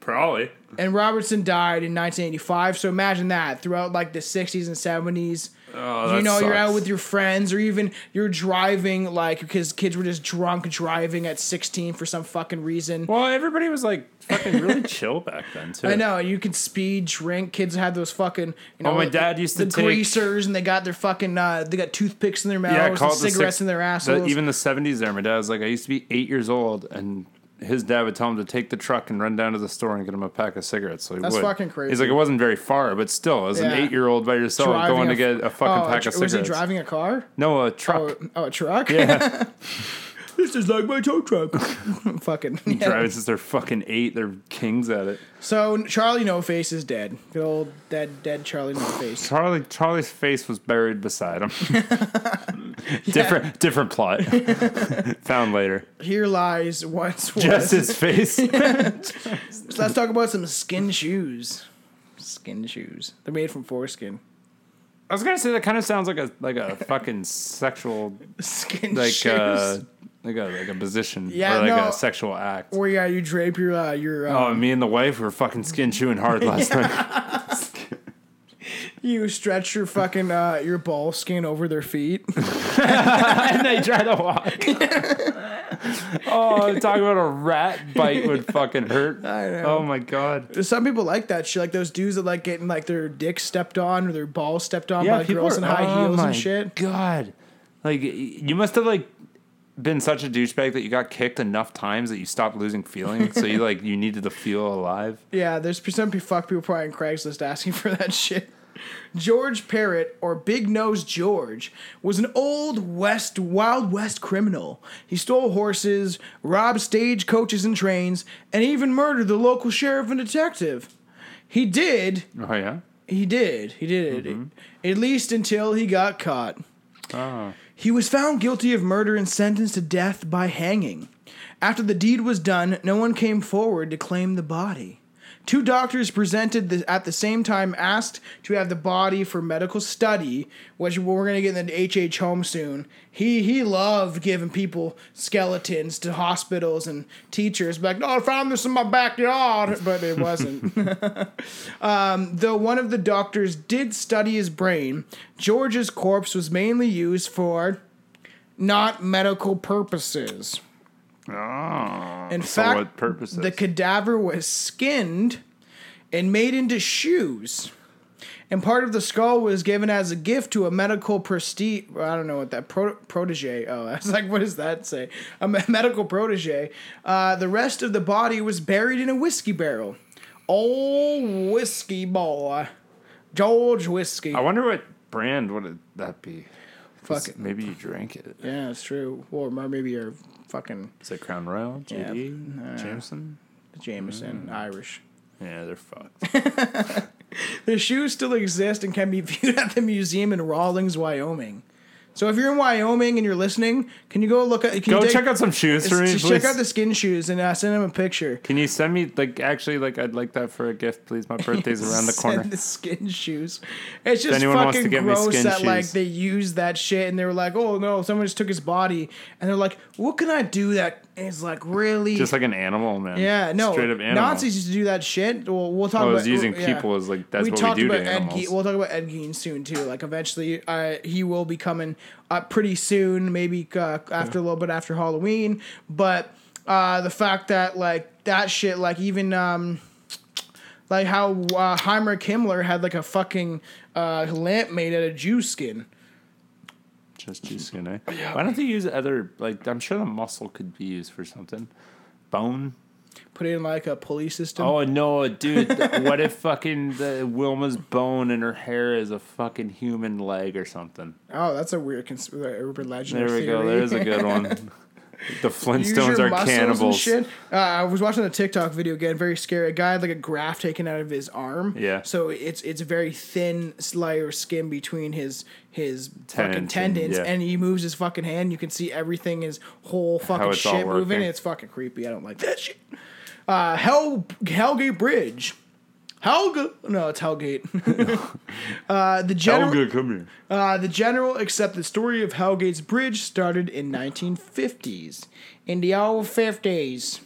Speaker 3: Probably.
Speaker 4: and Robertson died in 1985, so imagine that throughout like the 60s and 70s
Speaker 3: Oh, that
Speaker 4: you know, you're out
Speaker 3: sucks.
Speaker 4: with your friends, or even you're driving, like, because kids were just drunk driving at 16 for some fucking reason.
Speaker 3: Well, everybody was like fucking [laughs] really chill back then, too.
Speaker 4: I know, you could speed, drink. Kids had those fucking, you know,
Speaker 3: my
Speaker 4: the-
Speaker 3: dad used to
Speaker 4: the
Speaker 3: take-
Speaker 4: greasers, and they got their fucking, uh, they got toothpicks in their mouths
Speaker 3: Yeah,
Speaker 4: and
Speaker 3: call it the
Speaker 4: cigarettes
Speaker 3: six-
Speaker 4: in their
Speaker 3: the-
Speaker 4: assholes.
Speaker 3: even the 70s there, my dad was like, I used to be eight years old and his dad would tell him to take the truck and run down to the store and get him a pack of cigarettes. So he
Speaker 4: That's
Speaker 3: would.
Speaker 4: fucking crazy.
Speaker 3: He's like, it wasn't very far, but still, as an
Speaker 4: Yeah.
Speaker 3: eight-year-old by yourself
Speaker 4: Driving
Speaker 3: going
Speaker 4: a
Speaker 3: to get a fucking
Speaker 4: oh,
Speaker 3: pack
Speaker 4: tr-
Speaker 3: of
Speaker 4: Was
Speaker 3: cigarettes.
Speaker 4: he driving a car?
Speaker 3: No, a truck.
Speaker 4: Oh, oh, a truck.
Speaker 3: Yeah,
Speaker 4: [laughs] this is like my tow truck. [laughs] fucking. yeah.
Speaker 3: [laughs] driving since they're fucking eight. They're kings at it.
Speaker 4: So Charlie No Face is dead. Good old dead, dead Charlie No Face.
Speaker 3: Charlie Charlie's face was buried beside
Speaker 4: [laughs]
Speaker 3: him. Different different plot. Found later.
Speaker 4: Here
Speaker 3: [laughs]
Speaker 4: lies once was.
Speaker 3: Just his
Speaker 4: [laughs]
Speaker 3: face.
Speaker 4: So let's talk about some skin shoes. Skin shoes. They're made from foreskin. [laughs]
Speaker 3: I was gonna say that kind of sounds like a like a fucking sexual
Speaker 4: Skin
Speaker 3: like
Speaker 4: shoes.
Speaker 3: uh like a like a position
Speaker 4: Yeah,
Speaker 3: or like
Speaker 4: no.
Speaker 3: a sexual act.
Speaker 4: Where yeah, you drape your uh, your uh,
Speaker 3: Oh, me and the wife were fucking skin chewing
Speaker 4: [laughs]
Speaker 3: hard last night. [laughs]
Speaker 4: you stretch your fucking uh, your ball skin over
Speaker 3: [laughs]
Speaker 4: their feet.
Speaker 3: and they try to walk.
Speaker 4: [laughs]
Speaker 3: oh, talking about a rat bite would fucking hurt.
Speaker 4: I know.
Speaker 3: Oh my god.
Speaker 4: Some people like that shit, like those dudes that like getting like their dick stepped on or their balls stepped on by girls in high
Speaker 3: oh
Speaker 4: heels
Speaker 3: my
Speaker 4: and shit.
Speaker 3: God, like y- you must have like been such a douchebag that you got kicked enough times that you stopped losing feeling. so you like you needed to feel
Speaker 4: [laughs]
Speaker 3: alive.
Speaker 4: Yeah, there's some pe- fuck people probably on Craigslist asking for that shit. George Parrott, or Big Nose George, was an old West, Wild West criminal. He stole horses, robbed stagecoaches and trains, and even murdered the local sheriff and detective. He did,
Speaker 3: Oh yeah.
Speaker 4: he did, he did it. At least until he got caught. He was found guilty of murder and sentenced to death by hanging. After the deed was done, no one came forward to claim the body. Two doctors presented the, at the same time asked to have the body for medical study, which we're going to get into HH home soon. He he loved giving people skeletons to hospitals and teachers, like, oh, I found this in my backyard, but it wasn't. Though one of the doctors did study his brain, George's corpse was mainly used for not medical purposes. In
Speaker 3: So
Speaker 4: fact,
Speaker 3: what purposes?
Speaker 4: the cadaver was skinned and made into shoes. And part of the skull was given as a gift to a medical prestige. I don't know what that pro- protege. Oh, [laughs] I was like, what does that say? A me- medical protege. Uh, the rest of the body was buried in a whiskey barrel. Oh, whiskey boy, George whiskey.
Speaker 3: I wonder what brand would it, that be. 'Cause
Speaker 4: Fuck it.
Speaker 3: Maybe you drank it.
Speaker 4: Yeah, it's true. Or maybe you're fucking
Speaker 3: Is it Crown Royal, JD, Jameson?
Speaker 4: Jameson,
Speaker 3: Mm.
Speaker 4: Irish.
Speaker 3: Yeah, they're [laughs] fucked.
Speaker 4: The shoes still exist and can be [laughs] viewed at the museum in Rawlings, Wyoming. So if you're in Wyoming and you're listening, can you go look at? Can
Speaker 3: Go
Speaker 4: you take-
Speaker 3: check out some shoes for me,
Speaker 4: Just check
Speaker 3: please.
Speaker 4: out the skin shoes and uh, send him a picture.
Speaker 3: Can you send me like actually like I'd like that for a gift, [laughs] please? My birthday's around the corner.
Speaker 4: Send the skin shoes. It's just
Speaker 3: anyone wants to
Speaker 4: fucking
Speaker 3: get me
Speaker 4: gross
Speaker 3: skin
Speaker 4: that like
Speaker 3: shoes.
Speaker 4: they used that shit and they were like, oh no, someone just took his body and they're like, what can I do that is like really
Speaker 3: Just like an animal, man.
Speaker 4: Yeah, no.
Speaker 3: straight up animal.
Speaker 4: Nazis used to do that shit. Well, we'll talk
Speaker 3: Oh, I
Speaker 4: about
Speaker 3: was using
Speaker 4: yeah.
Speaker 3: people as like that's
Speaker 4: we
Speaker 3: what
Speaker 4: talked
Speaker 3: we do
Speaker 4: about
Speaker 3: to
Speaker 4: Ed
Speaker 3: animals.
Speaker 4: Gein. We'll talk about Ed Gein soon too. Like eventually, uh, he will be coming up pretty soon. Maybe uh, after a little bit after Halloween. But uh, the fact that like that shit, like even um, like how uh, Heimer Himmler had like a fucking uh, lamp made out of Jew skin.
Speaker 3: Just juice, you know. Why don't they use other like? I'm sure the muscle could be used for something. Bone.
Speaker 4: Put it in like a pulley system.
Speaker 3: Oh no, dude! what if fucking the, Wilma's bone and her hair is a fucking human leg or something?
Speaker 4: Oh, that's a weird cons- urban legend.
Speaker 3: There we go.
Speaker 4: theory.
Speaker 3: There's a good one. [laughs] The
Speaker 4: Use
Speaker 3: Flintstones
Speaker 4: your
Speaker 3: are
Speaker 4: muscles and
Speaker 3: cannibals.
Speaker 4: shit. Uh, I was watching a TikTok video again, very scary. A guy had like a graft taken out of his arm.
Speaker 3: Yeah.
Speaker 4: So it's it's a very thin layer of skin between his his fucking
Speaker 3: Tendons,
Speaker 4: tendons,
Speaker 3: yeah.
Speaker 4: and he moves his fucking hand. You can see everything his whole fucking
Speaker 3: it's all
Speaker 4: shit moving.
Speaker 3: working.
Speaker 4: It's fucking creepy. I don't like that shit. Uh, Hell Hellgate Bridge. Helga, no, it's Hellgate. [laughs] uh, the general,
Speaker 3: Helga, come here.
Speaker 4: uh, the general, except the story of Hellgate's Bridge started in 1950s. In the old 50s.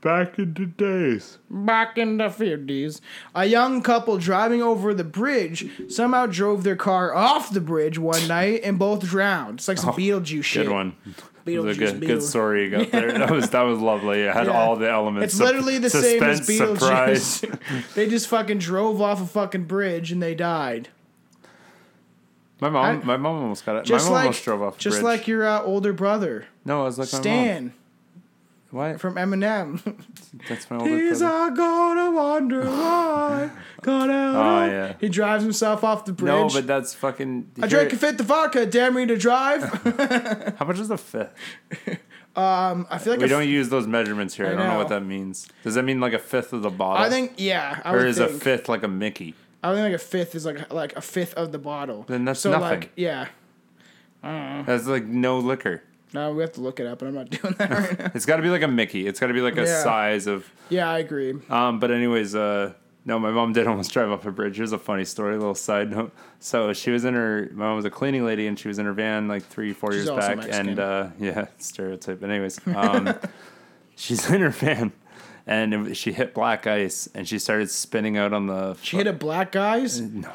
Speaker 3: Back in the days.
Speaker 4: Back in the 50s. A young couple driving over the bridge somehow drove their car off the bridge one night and both drowned. It's like some Beetlejuice shit.
Speaker 3: Oh, Good one. It was
Speaker 4: Beetlejuice,
Speaker 3: a good,
Speaker 4: Beetle-
Speaker 3: good story you got there. That was that was lovely. It had
Speaker 4: Yeah.
Speaker 3: all the elements.
Speaker 4: It's
Speaker 3: Sup-
Speaker 4: literally the same as
Speaker 3: suspense, surprise.
Speaker 4: [laughs] Beetlejuice. they just fucking drove off a fucking bridge and they died.
Speaker 3: My mom, my mom almost got it.
Speaker 4: Just
Speaker 3: my mom
Speaker 4: like
Speaker 3: almost drove off. a
Speaker 4: just
Speaker 3: bridge.
Speaker 4: like your uh, older brother,
Speaker 3: no, I was like my mom.
Speaker 4: Stan.
Speaker 3: What?
Speaker 4: from Eminem. [laughs]
Speaker 3: That's my older
Speaker 4: He's
Speaker 3: brother.
Speaker 4: a gonna wonder
Speaker 3: [sighs]
Speaker 4: why. Got out.
Speaker 3: Oh, yeah.
Speaker 4: He drives himself off the bridge.
Speaker 3: No, but that's fucking.
Speaker 4: I drank a fifth of vodka. Damn me to drive. [laughs]
Speaker 3: How much is the fifth?
Speaker 4: I feel like
Speaker 3: We
Speaker 4: a f-
Speaker 3: don't use those measurements here. I,
Speaker 4: I
Speaker 3: don't know.
Speaker 4: know.
Speaker 3: what that means. Does that mean like a fifth of the bottle?
Speaker 4: I think yeah. I
Speaker 3: Or
Speaker 4: would
Speaker 3: is
Speaker 4: think.
Speaker 3: a fifth like a Mickey?
Speaker 4: I think like a fifth is like like a fifth of the bottle.
Speaker 3: Then that's
Speaker 4: so
Speaker 3: nothing.
Speaker 4: like yeah.
Speaker 3: That's like no liquor.
Speaker 4: No, we have to look it up, and I'm not [laughs] doing that right now.
Speaker 3: It's got to be like a Mickey. It's got to be like a
Speaker 4: Yeah.
Speaker 3: size of.
Speaker 4: Yeah, I agree.
Speaker 3: Um, but anyways, uh, no, my mom did [laughs] almost drive off a bridge. Here's a funny story, a little side note. So she was in her, my mom was a cleaning lady, and she was in her van like three, four
Speaker 4: She's
Speaker 3: years
Speaker 4: also
Speaker 3: back,
Speaker 4: Mexican.
Speaker 3: and uh, [laughs] yeah, stereotype. But anyways,
Speaker 4: [laughs]
Speaker 3: um, she's in her van, and it- she hit black ice, and she started spinning out on the.
Speaker 4: She hit a black
Speaker 3: [laughs]
Speaker 4: guy's.
Speaker 3: No.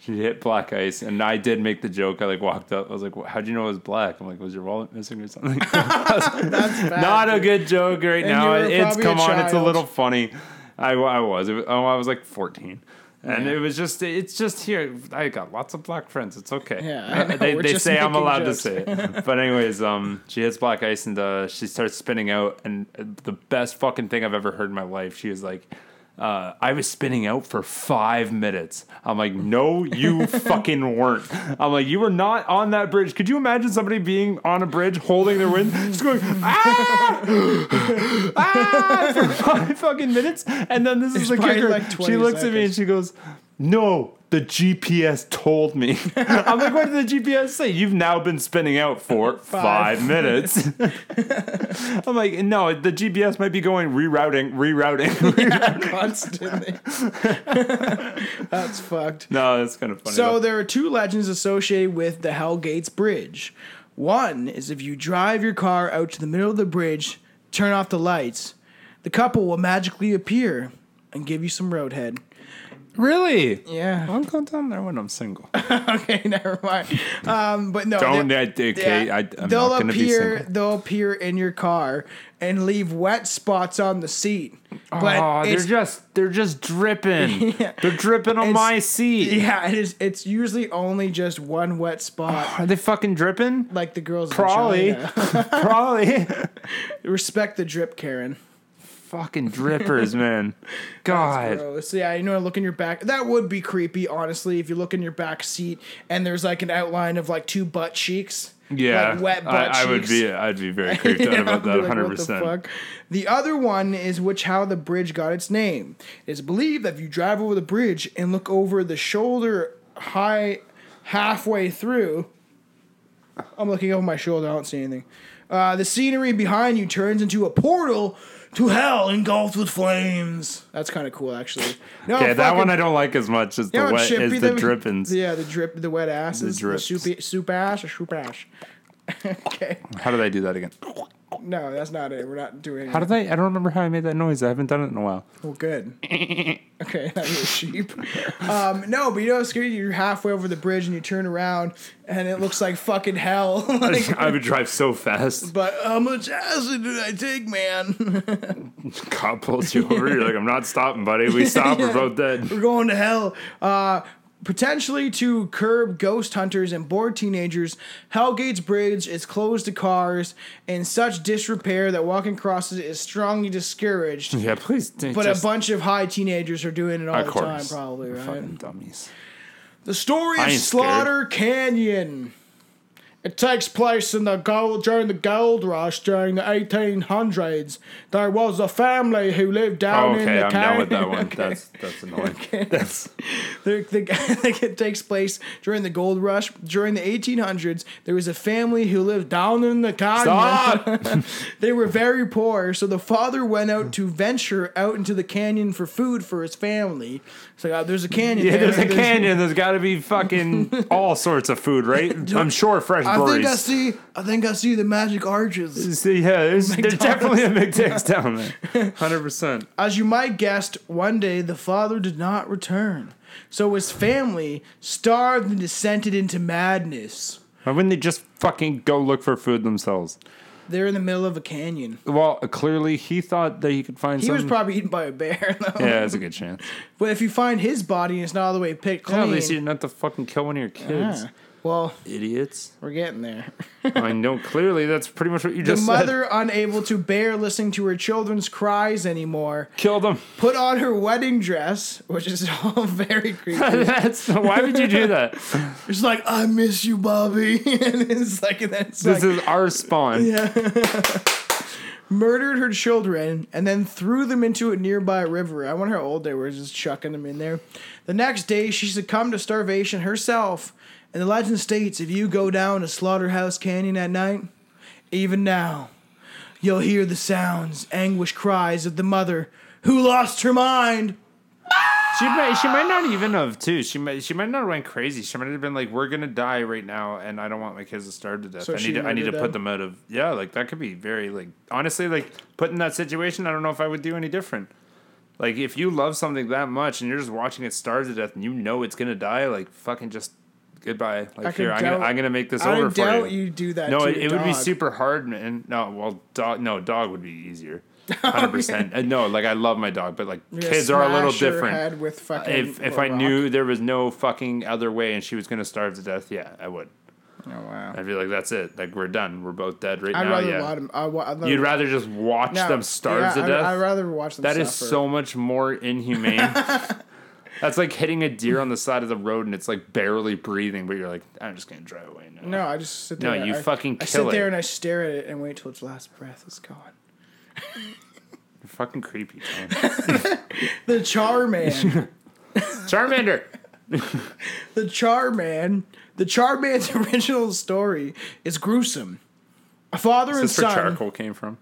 Speaker 3: She hit black ice, and I did make the joke. I like walked up. I was like, "Wha- "How'd you know it was black?" I'm like, "Was your wallet missing or
Speaker 4: [laughs]
Speaker 3: something?" [laughs] Not a good joke right now.
Speaker 4: you were
Speaker 3: It's
Speaker 4: probably
Speaker 3: come
Speaker 4: a
Speaker 3: on, it's a
Speaker 4: child.
Speaker 3: little funny. I, wa- I was. It was- oh, I was like 14. And it was just, it's just here. I got lots of black friends. It's okay. Uh,
Speaker 4: Yeah, I know,
Speaker 3: they
Speaker 4: we're
Speaker 3: they
Speaker 4: just
Speaker 3: say I'm
Speaker 4: making
Speaker 3: allowed to
Speaker 4: jokes.
Speaker 3: say
Speaker 4: [laughs]
Speaker 3: it. But anyways, um, she hits black ice and uh, she starts spinning out. And uh, the best fucking thing I've ever heard in my life. She was like, uh, I was spinning out for five minutes. I'm like, no, you
Speaker 4: [laughs]
Speaker 3: fucking weren't. I'm like, you were not on that bridge. Could you imagine somebody being on a bridge holding their wind, just going, ah,
Speaker 4: [laughs]
Speaker 3: ah, for five fucking minutes? And then this is the
Speaker 4: probably
Speaker 3: kicker.
Speaker 4: like 20
Speaker 3: she looks at me and
Speaker 4: seconds.
Speaker 3: she goes, no, the GPS told [laughs] me. I'm like, what did the GPS say? You've now been spinning out for [laughs] five, [laughs]
Speaker 4: Five.
Speaker 3: minutes. I'm like, no, the GPS might be going rerouting, rerouting. [laughs]
Speaker 4: constantly. [laughs] That's fucked.
Speaker 3: no, that's kind of funny.
Speaker 4: So
Speaker 3: though.
Speaker 4: there are two legends associated with the Hell Gates Bridge. One is if you drive your car out to the middle of the bridge, turn off the lights, the couple will magically appear and give you some roadhead.
Speaker 3: really,
Speaker 4: Yeah.
Speaker 3: I'm going down there when I'm [laughs] single.
Speaker 4: [laughs] Okay, never mind. Um, but no.
Speaker 3: Don't
Speaker 4: they-
Speaker 3: that, okay?
Speaker 4: yeah,
Speaker 3: I, I'm
Speaker 4: they'll
Speaker 3: not going to be
Speaker 4: appear.
Speaker 3: single.
Speaker 4: they'll appear in your car and leave wet spots on the seat.
Speaker 3: oh,
Speaker 4: But
Speaker 3: they're
Speaker 4: it's
Speaker 3: just they're just [laughs] dripping.
Speaker 4: Yeah.
Speaker 3: They're dripping on
Speaker 4: It's-
Speaker 3: my seat.
Speaker 4: yeah, it is. It's usually only just one wet spot.
Speaker 3: Are they fucking dripping?
Speaker 4: like the girls
Speaker 3: Probably,
Speaker 4: in China.
Speaker 3: [laughs] probably.
Speaker 4: Respect the drip, Karen.
Speaker 3: fucking drippers, man. God,
Speaker 4: Bro, so yeah, you know, look in your back. That would be creepy, honestly, if you look in your back seat and there's like an outline of like two butt cheeks.
Speaker 3: yeah.
Speaker 4: Like wet butt
Speaker 3: I, I
Speaker 4: cheeks.
Speaker 3: would be. I'd be
Speaker 4: [laughs]
Speaker 3: very creeped out
Speaker 4: You know,
Speaker 3: about
Speaker 4: be
Speaker 3: that.
Speaker 4: like,
Speaker 3: Hundred
Speaker 4: what the
Speaker 3: percent.
Speaker 4: fuck? The other one is which how the bridge got its name. It is believed that if you drive over the bridge and look over the shoulder high halfway through, I'm looking over my shoulder. I don't see anything. Uh, the scenery behind you turns into a portal to hell engulfed with flames. That's kind of cool, actually. No,
Speaker 3: Yeah, that
Speaker 4: fucking-
Speaker 3: one I don't like as much as the
Speaker 4: you know what
Speaker 3: wet
Speaker 4: should be
Speaker 3: is the drippings.
Speaker 4: Yeah, the drip, the wet asses, the,
Speaker 3: drips.
Speaker 4: soupy, soup ash or soup ash. [laughs] okay,
Speaker 3: How did I do that again?
Speaker 4: no, that's not it. We're not doing.
Speaker 3: How did I? I don't remember how I made that noise. I haven't done it in a while.
Speaker 4: Well, good. okay, [laughs] that was sheep. Um, no, but you know what's scary? You're halfway over the bridge and you turn around and it looks like fucking hell. [laughs] like,
Speaker 3: [laughs] I would drive so fast.
Speaker 4: [laughs] but how much acid did I take, man? [laughs]
Speaker 3: Cop pulls you over. You're like, I'm not stopping, buddy. We
Speaker 4: [laughs]
Speaker 3: stop. We're both dead.
Speaker 4: We're going to hell. Uh, potentially to curb ghost hunters and bored teenagers, Hellgate's Bridge is closed to cars in such disrepair that walking across it is strongly discouraged.
Speaker 3: Yeah, please. d-
Speaker 4: But
Speaker 3: Hmm. just-
Speaker 4: a bunch of high teenagers are doing it all
Speaker 3: Of
Speaker 4: the time,
Speaker 3: course.
Speaker 4: probably, right?
Speaker 3: Fucking dummies.
Speaker 4: The story
Speaker 3: I
Speaker 4: of
Speaker 3: ain't scared.
Speaker 4: Slaughter Canyon. It takes place in the gold during the gold rush during the 1800s. There was a family who lived
Speaker 3: Oh,
Speaker 4: down in
Speaker 3: okay,
Speaker 4: the
Speaker 3: I'm down
Speaker 4: canyon.
Speaker 3: with that one. That's that's annoying. That's
Speaker 4: [laughs] The, the, like, it takes place during the gold rush during the 1800s. There was a family who lived down in the canyon.
Speaker 3: stop.
Speaker 4: [laughs] They were very poor, so the father went out to venture out into the canyon for food for his family. So uh, there's a canyon.
Speaker 3: Yeah,
Speaker 4: there,
Speaker 3: there's a canyon.
Speaker 4: [laughs]
Speaker 3: There's got to be fucking all sorts of food, right? I'm sure fresh
Speaker 4: I think I
Speaker 3: breweries.
Speaker 4: see. I think I see the magic arches.
Speaker 3: See, yeah, there's, there's definitely a
Speaker 4: [laughs]
Speaker 3: McDick's down there. Hundred percent.
Speaker 4: As you might guessed, one day the father did not return. So his family starved and descended into madness.
Speaker 3: Why wouldn't they just fucking go look for food themselves?
Speaker 4: They're in the middle of a canyon.
Speaker 3: Well, clearly he thought that he could find.
Speaker 4: He was
Speaker 3: something.
Speaker 4: probably eaten by a bear, [laughs] though.
Speaker 3: Yeah, that's a good
Speaker 4: [laughs]
Speaker 3: chance.
Speaker 4: But if you find his body and it's not all the way picked
Speaker 3: Yeah, at
Speaker 4: clean,
Speaker 3: least you didn't have to fucking kill one of your kids.
Speaker 4: Yeah. Well,
Speaker 3: Idiots.
Speaker 4: we're getting
Speaker 3: [laughs]
Speaker 4: there.
Speaker 3: I know clearly that's pretty much what you
Speaker 4: The
Speaker 3: just said. [laughs]
Speaker 4: mother, unable to bear listening to her children's cries anymore,
Speaker 3: Kill
Speaker 4: [laughs]
Speaker 3: them.
Speaker 4: put on her wedding dress, which is [laughs] all very
Speaker 3: [laughs]
Speaker 4: creepy.
Speaker 3: that's why would you do that?
Speaker 4: She's like, "I miss you, Bobby," [laughs] and it's like, and then it's
Speaker 3: This
Speaker 4: like,
Speaker 3: is our spawn.
Speaker 4: murdered her children and then threw them into a nearby river. I wonder how old they were, just chucking them in there. The next day, she succumbed to starvation herself. And the legend states if you go down to Slaughterhouse Canyon at night, even now, you'll hear the sounds, anguish cries of the mother who lost her mind.
Speaker 3: She might, she might not even have too. She might she might not have went crazy. She might have been like, "We're gonna die right now, and I don't want my kids to starve to death.
Speaker 4: So
Speaker 3: I
Speaker 4: she
Speaker 3: need to, I need to
Speaker 4: murdered
Speaker 3: put
Speaker 4: them.
Speaker 3: them out of yeah." Like that could be very like honestly like put in that situation. I don't know if I would do any different. Like if you love something that much and you're just watching it starve to death and you know it's gonna die, like fucking just goodbye. Like
Speaker 4: I could
Speaker 3: here, I'm,
Speaker 4: doubt-
Speaker 3: gonna, I'm gonna make this
Speaker 4: I
Speaker 3: over for
Speaker 4: doubt
Speaker 3: you.
Speaker 4: you do that.
Speaker 3: No,
Speaker 4: to
Speaker 3: it,
Speaker 4: your
Speaker 3: it would be
Speaker 4: dog.
Speaker 3: super hard, and, and no, well, dog, no, dog would be
Speaker 4: [laughs]
Speaker 3: easier.
Speaker 4: Oh,
Speaker 3: Hundred percent. Uh, No, like I love my dog, but like
Speaker 4: Yeah,
Speaker 3: kids are a little
Speaker 4: smash her
Speaker 3: different.
Speaker 4: head with fucking
Speaker 3: if if
Speaker 4: a
Speaker 3: I
Speaker 4: rock.
Speaker 3: knew there was no fucking other way and she was gonna starve to death, yeah, I would.
Speaker 4: Oh, wow.
Speaker 3: I'd be like, that's it. Like we're done. We're both dead right
Speaker 4: I'd
Speaker 3: now.
Speaker 4: rather
Speaker 3: yeah.
Speaker 4: watch them. I, would
Speaker 3: You'd rather just watch them starve to death.
Speaker 4: I'd rather watch them.
Speaker 3: That is
Speaker 4: suffer.
Speaker 3: so much more
Speaker 4: [laughs]
Speaker 3: inhumane. That's like hitting a deer on the side of the road and it's like barely breathing, but you're like, I'm just gonna drive away now.
Speaker 4: No, I just sit
Speaker 3: No,
Speaker 4: there.
Speaker 3: you
Speaker 4: I,
Speaker 3: fucking
Speaker 4: I
Speaker 3: kill
Speaker 4: sit there
Speaker 3: it.
Speaker 4: and I stare at it and wait till its last breath is gone.
Speaker 3: You're fucking creepy. Tom.
Speaker 4: The
Speaker 3: [laughs]
Speaker 4: Char Man. [laughs]
Speaker 3: Charmander.
Speaker 4: the Char Man. The Char Man's [laughs] original story is gruesome. A father and
Speaker 3: Is this where
Speaker 4: son.
Speaker 3: charcoal came from?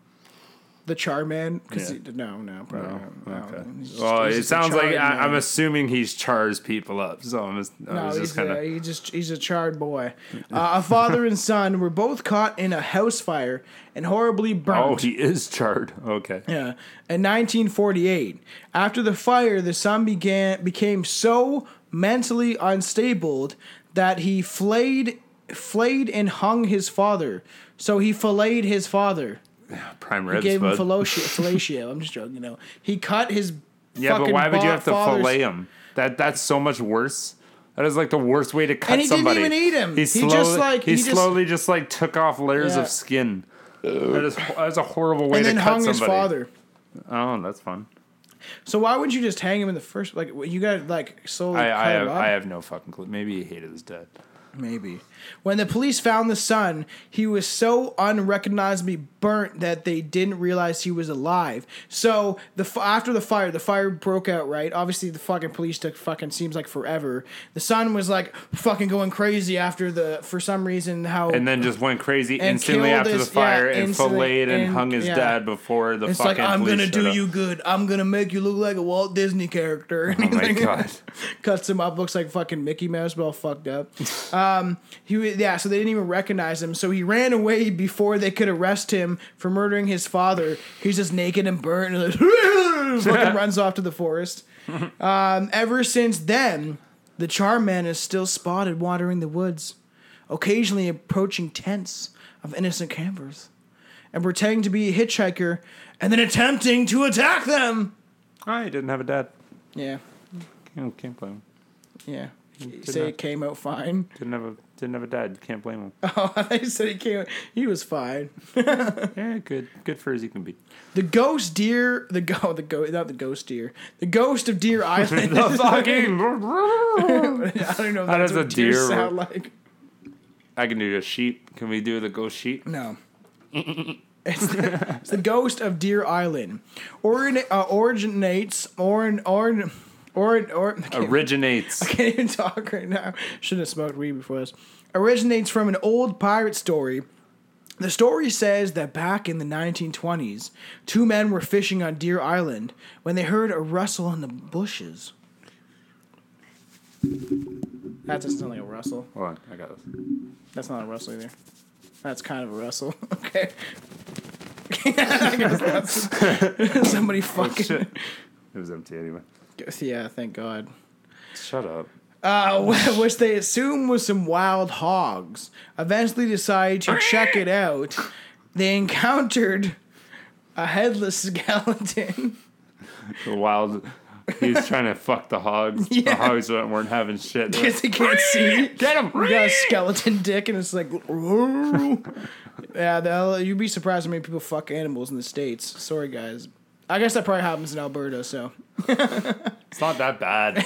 Speaker 4: The Char Man. 'Cause
Speaker 3: Yeah. Oh,
Speaker 4: he- no, no, probably not. Oh, No,
Speaker 3: Okay.
Speaker 4: he's just-
Speaker 3: Well,
Speaker 4: he's
Speaker 3: it
Speaker 4: just a
Speaker 3: sounds like
Speaker 4: charred
Speaker 3: I, I'm
Speaker 4: man.
Speaker 3: assuming he's chars people up. So I'm just, I
Speaker 4: No,
Speaker 3: was
Speaker 4: he's
Speaker 3: just kind
Speaker 4: a,
Speaker 3: of.
Speaker 4: he just he's a charred boy. Uh,
Speaker 3: [laughs]
Speaker 4: a father and son were both caught in a house fire and horribly burnt.
Speaker 3: Oh, he is charred. Okay.
Speaker 4: Yeah. In 1948, after the fire, the son began became so mentally unstable that he flayed flayed and hung his father. So he filleted his father.
Speaker 3: Prime ribs.
Speaker 4: Gave him
Speaker 3: bud. [laughs]
Speaker 4: fellatio. fellatio. I'm just joking. No, he cut his.
Speaker 3: Yeah, but
Speaker 4: fucking
Speaker 3: why would you
Speaker 4: fa-
Speaker 3: have to
Speaker 4: father's-
Speaker 3: fillet him? That that's so much worse. That is like the worst way to cut
Speaker 4: And he didn't
Speaker 3: somebody.
Speaker 4: even eat him.
Speaker 3: He,
Speaker 4: He
Speaker 3: slowly,
Speaker 4: just, like,
Speaker 3: he,
Speaker 4: he just-
Speaker 3: slowly just like took off layers
Speaker 4: Yeah.
Speaker 3: of skin. That is that is a horrible way
Speaker 4: And
Speaker 3: to
Speaker 4: then
Speaker 3: cut
Speaker 4: hung
Speaker 3: somebody.
Speaker 4: his father.
Speaker 3: Oh, that's fun.
Speaker 4: So why wouldn't you just hang him in the first? Like you got like slowly
Speaker 3: I,
Speaker 4: cut
Speaker 3: I,
Speaker 4: him
Speaker 3: have,
Speaker 4: up.
Speaker 3: I have no fucking clue. Maybe he hated his dad.
Speaker 4: Maybe. When the police found the son, he was so unrecognizably burnt that they didn't realize he was alive. So the f- after the fire, the fire broke out. Right, obviously the fucking police took fucking seems like forever. The son was like fucking going crazy after the for some reason how
Speaker 3: And then just went crazy
Speaker 4: And
Speaker 3: instantly
Speaker 4: killed
Speaker 3: after
Speaker 4: his-
Speaker 3: the fire
Speaker 4: yeah,
Speaker 3: and
Speaker 4: instantly,
Speaker 3: filleted and,
Speaker 4: and-
Speaker 3: hung his
Speaker 4: yeah.
Speaker 3: dad before the
Speaker 4: it's
Speaker 3: fucking
Speaker 4: like I'm
Speaker 3: police
Speaker 4: gonna
Speaker 3: showed
Speaker 4: do
Speaker 3: up.
Speaker 4: you good. I'm gonna make you look like a Walt Disney character. [laughs]
Speaker 3: Oh my god.
Speaker 4: cuts him up, looks like fucking Mickey Mouse, but all fucked up. [laughs] Um, he wa- yeah, so they didn't even recognize him. So he ran away before they could arrest him for murdering his father. He's just naked and burnt and like, [laughs] fucking runs off to the forest. Um, ever since then, the Charm Man is still spotted wandering the woods, occasionally approaching tents of innocent campers. And pretending to be a hitchhiker, and then attempting to attack them.
Speaker 3: I didn't have a dad.
Speaker 4: Yeah,
Speaker 3: You can't blame him.
Speaker 4: yeah. Say it
Speaker 3: not-
Speaker 4: came out fine.
Speaker 3: Didn't have a didn't have a dad. Can't blame him.
Speaker 4: [laughs] Oh, I said he came. He was fine.
Speaker 3: yeah, Eh, good. Good for E as you can be.
Speaker 4: The ghost deer, the go, the go, not the ghost deer, the ghost of Deer
Speaker 3: [laughs]
Speaker 4: Island. [laughs]
Speaker 3: The [laughs] fucking
Speaker 4: I don't know. If
Speaker 3: How
Speaker 4: that's
Speaker 3: does
Speaker 4: what
Speaker 3: a
Speaker 4: deer
Speaker 3: deer-
Speaker 4: sound like.
Speaker 3: I can do a sheep. Can we do the ghost sheep?
Speaker 4: No. it's, the, it's the ghost of Deer Island. Orin, uh, originates orin orin orin or. I can't-
Speaker 3: Originates.
Speaker 4: [laughs] can't even talk right now. Shouldn't have smoked weed before this. Originates from an old pirate story. The story says that back in the 1920s, two men were fishing on Deer Island when they heard a rustle in the bushes. That doesn't sound like a rustle.
Speaker 3: Hold on, I got this.
Speaker 4: That's not a rustle either. That's kind of a rustle. [laughs] Okay. I guess that's [laughs] somebody fucking.
Speaker 3: Oh, Shit. It was empty anyway.
Speaker 4: [laughs] Yeah, thank God.
Speaker 3: Shut up.
Speaker 4: [laughs] uh, which they assume was some wild hogs, eventually decide to check it out. They encountered a headless [laughs] skeleton. [laughs]
Speaker 3: The wild like he [laughs] was trying to fuck the hogs. The
Speaker 4: Yeah.
Speaker 3: hogs weren't weren't having shit. They're
Speaker 4: Because
Speaker 3: like,
Speaker 4: he can't see.
Speaker 3: Get him!
Speaker 4: You got a skeleton dick, and it's like, [laughs] yeah. The, you'd be surprised how many people fuck animals in the states. Sorry, guys. I guess that probably happens in Alberta. So
Speaker 3: It's not that [laughs] bad.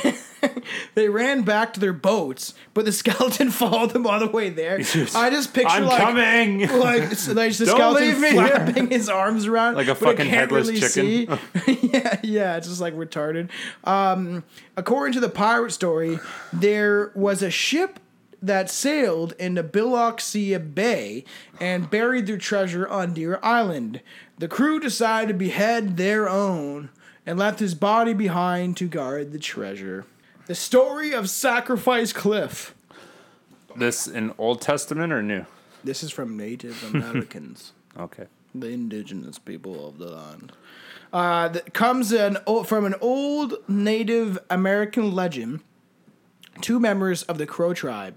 Speaker 4: they ran back to their boats, but the [laughs] skeleton followed them all the way there. I just picture
Speaker 3: I'm
Speaker 4: like.
Speaker 3: coming.
Speaker 4: Like, so like
Speaker 3: [laughs]
Speaker 4: the
Speaker 3: Don't
Speaker 4: skeleton
Speaker 3: leave me here.
Speaker 4: flapping his arms around
Speaker 3: Like a
Speaker 4: but it
Speaker 3: fucking
Speaker 4: can't
Speaker 3: headless
Speaker 4: really
Speaker 3: [laughs]
Speaker 4: see. [laughs] yeah, yeah, it's just like retarded. Um, according to the pirate story, there was a ship that sailed into Biloxia Bay and buried their treasure on Deer Island. The crew decided to behead their own and left his body behind to guard the treasure. The story of Sacrifice Cliff.
Speaker 3: This in Old Testament or New?
Speaker 4: This is from
Speaker 3: [laughs]
Speaker 4: Native Americans.
Speaker 3: Okay.
Speaker 4: the indigenous people of the land. Uh, that comes an, o- from an old Native American legend. Two members of the Crow tribe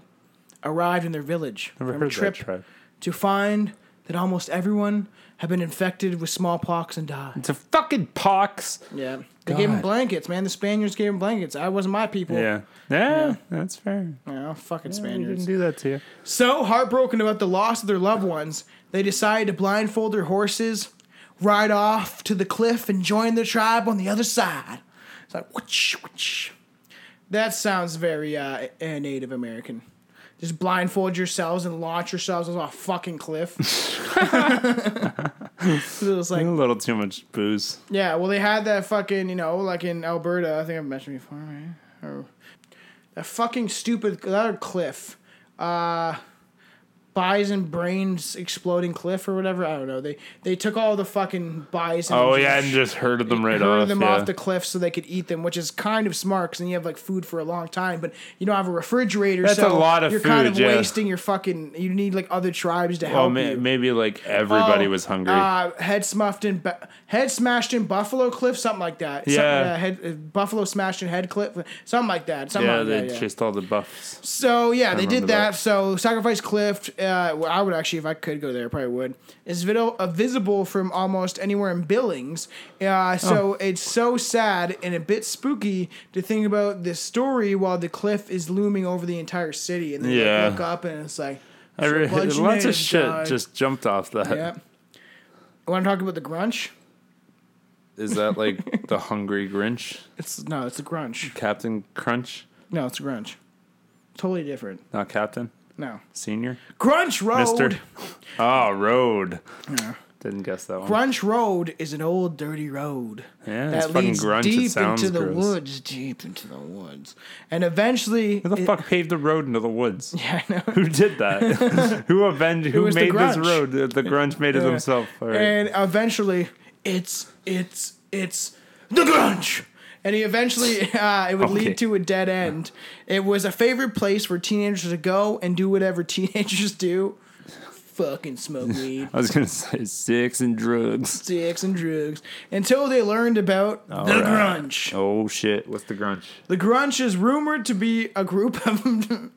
Speaker 4: arrived in their village from a
Speaker 3: heard that
Speaker 4: trip
Speaker 3: tribe.
Speaker 4: to find that almost everyone had been infected with smallpox and died.
Speaker 3: It's a fucking pox.
Speaker 4: Yeah, they gave them
Speaker 3: God.
Speaker 4: blankets, man. The Spaniards gave them blankets. I wasn't my people.
Speaker 3: Yeah. Yeah, that's fair.
Speaker 4: Yeah, fucking
Speaker 3: You
Speaker 4: Spaniards.
Speaker 3: didn't do that to you.
Speaker 4: So heartbroken about the loss of their loved ones, they decide to blindfold their horses, ride off to the cliff, and join their tribe on the other side. It's like, whoosh, whoosh. That sounds very uh, a- Native American. Just blindfold yourselves and launch yourselves off a fucking cliff. [laughs] it was like,
Speaker 3: A little too much booze.
Speaker 4: yeah, well, they had that fucking, you know, like in Alberta, I think I've mentioned before, right? Or that fucking stupid, that other cliff, uh, bison brains exploding cliff or whatever. I don't know. They they took all the fucking bison.
Speaker 3: Oh
Speaker 4: and
Speaker 3: yeah, and just herded them right
Speaker 4: herded
Speaker 3: off.
Speaker 4: them
Speaker 3: yeah.
Speaker 4: off the cliff so they could eat them, which is kind of smart because then you have like food for a long time, but you don't have a refrigerator.
Speaker 3: That's
Speaker 4: so
Speaker 3: a lot of
Speaker 4: you're kind
Speaker 3: food,
Speaker 4: of
Speaker 3: yeah. Oh,
Speaker 4: wasting your fucking. You need like other tribes to
Speaker 3: well,
Speaker 4: help
Speaker 3: ma-
Speaker 4: you.
Speaker 3: maybe like everybody
Speaker 4: Oh,
Speaker 3: was hungry.
Speaker 4: Uh, head smuffed in, ba- head smashed in Buffalo Cliff, something like that. Some-
Speaker 3: Yeah.
Speaker 4: uh, head, uh, Buffalo smashed in Head Cliff, something like that. Something
Speaker 3: yeah,
Speaker 4: like
Speaker 3: they
Speaker 4: that, yeah.
Speaker 3: chased all the buffs.
Speaker 4: So yeah, they did
Speaker 3: remember
Speaker 4: that.
Speaker 3: that.
Speaker 4: So Sacrifice Cliff, uh, well, I would actually, if I could go there, I probably would. Is vid- uh, visible from almost anywhere in Billings. Uh,
Speaker 3: Oh.
Speaker 4: so it's so sad and a bit spooky to think about this story while the cliff is looming over the entire city, and then
Speaker 3: Yeah.
Speaker 4: you look up and it's like
Speaker 3: I re- [laughs]
Speaker 4: bunch
Speaker 3: lots
Speaker 4: of
Speaker 3: of
Speaker 4: natives
Speaker 3: shit
Speaker 4: died.
Speaker 3: just jumped off that. Is [laughs]
Speaker 4: yeah. Want to talk about the grunge?
Speaker 3: that like the Hungry Grinch,
Speaker 4: It's no, it's a grunge.
Speaker 3: Captain Crunch?
Speaker 4: No, it's a grunge. Totally different.
Speaker 3: Not Captain,
Speaker 4: No,
Speaker 3: Senior,
Speaker 4: Grunge
Speaker 3: [laughs]
Speaker 4: Road.
Speaker 3: Mister. Oh, Road. Didn't guess that one.
Speaker 4: Grunge Road is an old dirty road
Speaker 3: Yeah, it's
Speaker 4: that
Speaker 3: fucking
Speaker 4: leads
Speaker 3: grunge. It
Speaker 4: deep
Speaker 3: sounds
Speaker 4: into the
Speaker 3: gross.
Speaker 4: woods, deep into the woods, and eventually.
Speaker 3: Who the fuck paved the road into the woods?
Speaker 4: [laughs] Yeah, I know.
Speaker 3: Who did
Speaker 4: [laughs]
Speaker 3: that? who avenged? Who,
Speaker 4: was the
Speaker 3: made this
Speaker 4: grunge?
Speaker 3: road? The grunge made it himself. All right.
Speaker 4: And eventually, it's it's it's the grunge. And he eventually, [laughs] uh, it would
Speaker 3: Okay.
Speaker 4: lead to a dead end. It was a favorite place for teenagers to go and do whatever [laughs] teenagers do, fucking smoke weed.
Speaker 3: I was gonna [laughs] say six and drugs.
Speaker 4: sticks and drugs until they learned about the
Speaker 3: right.
Speaker 4: grunge.
Speaker 3: Oh shit! What's the grunge?
Speaker 4: The grunge is rumored to be a group [laughs] of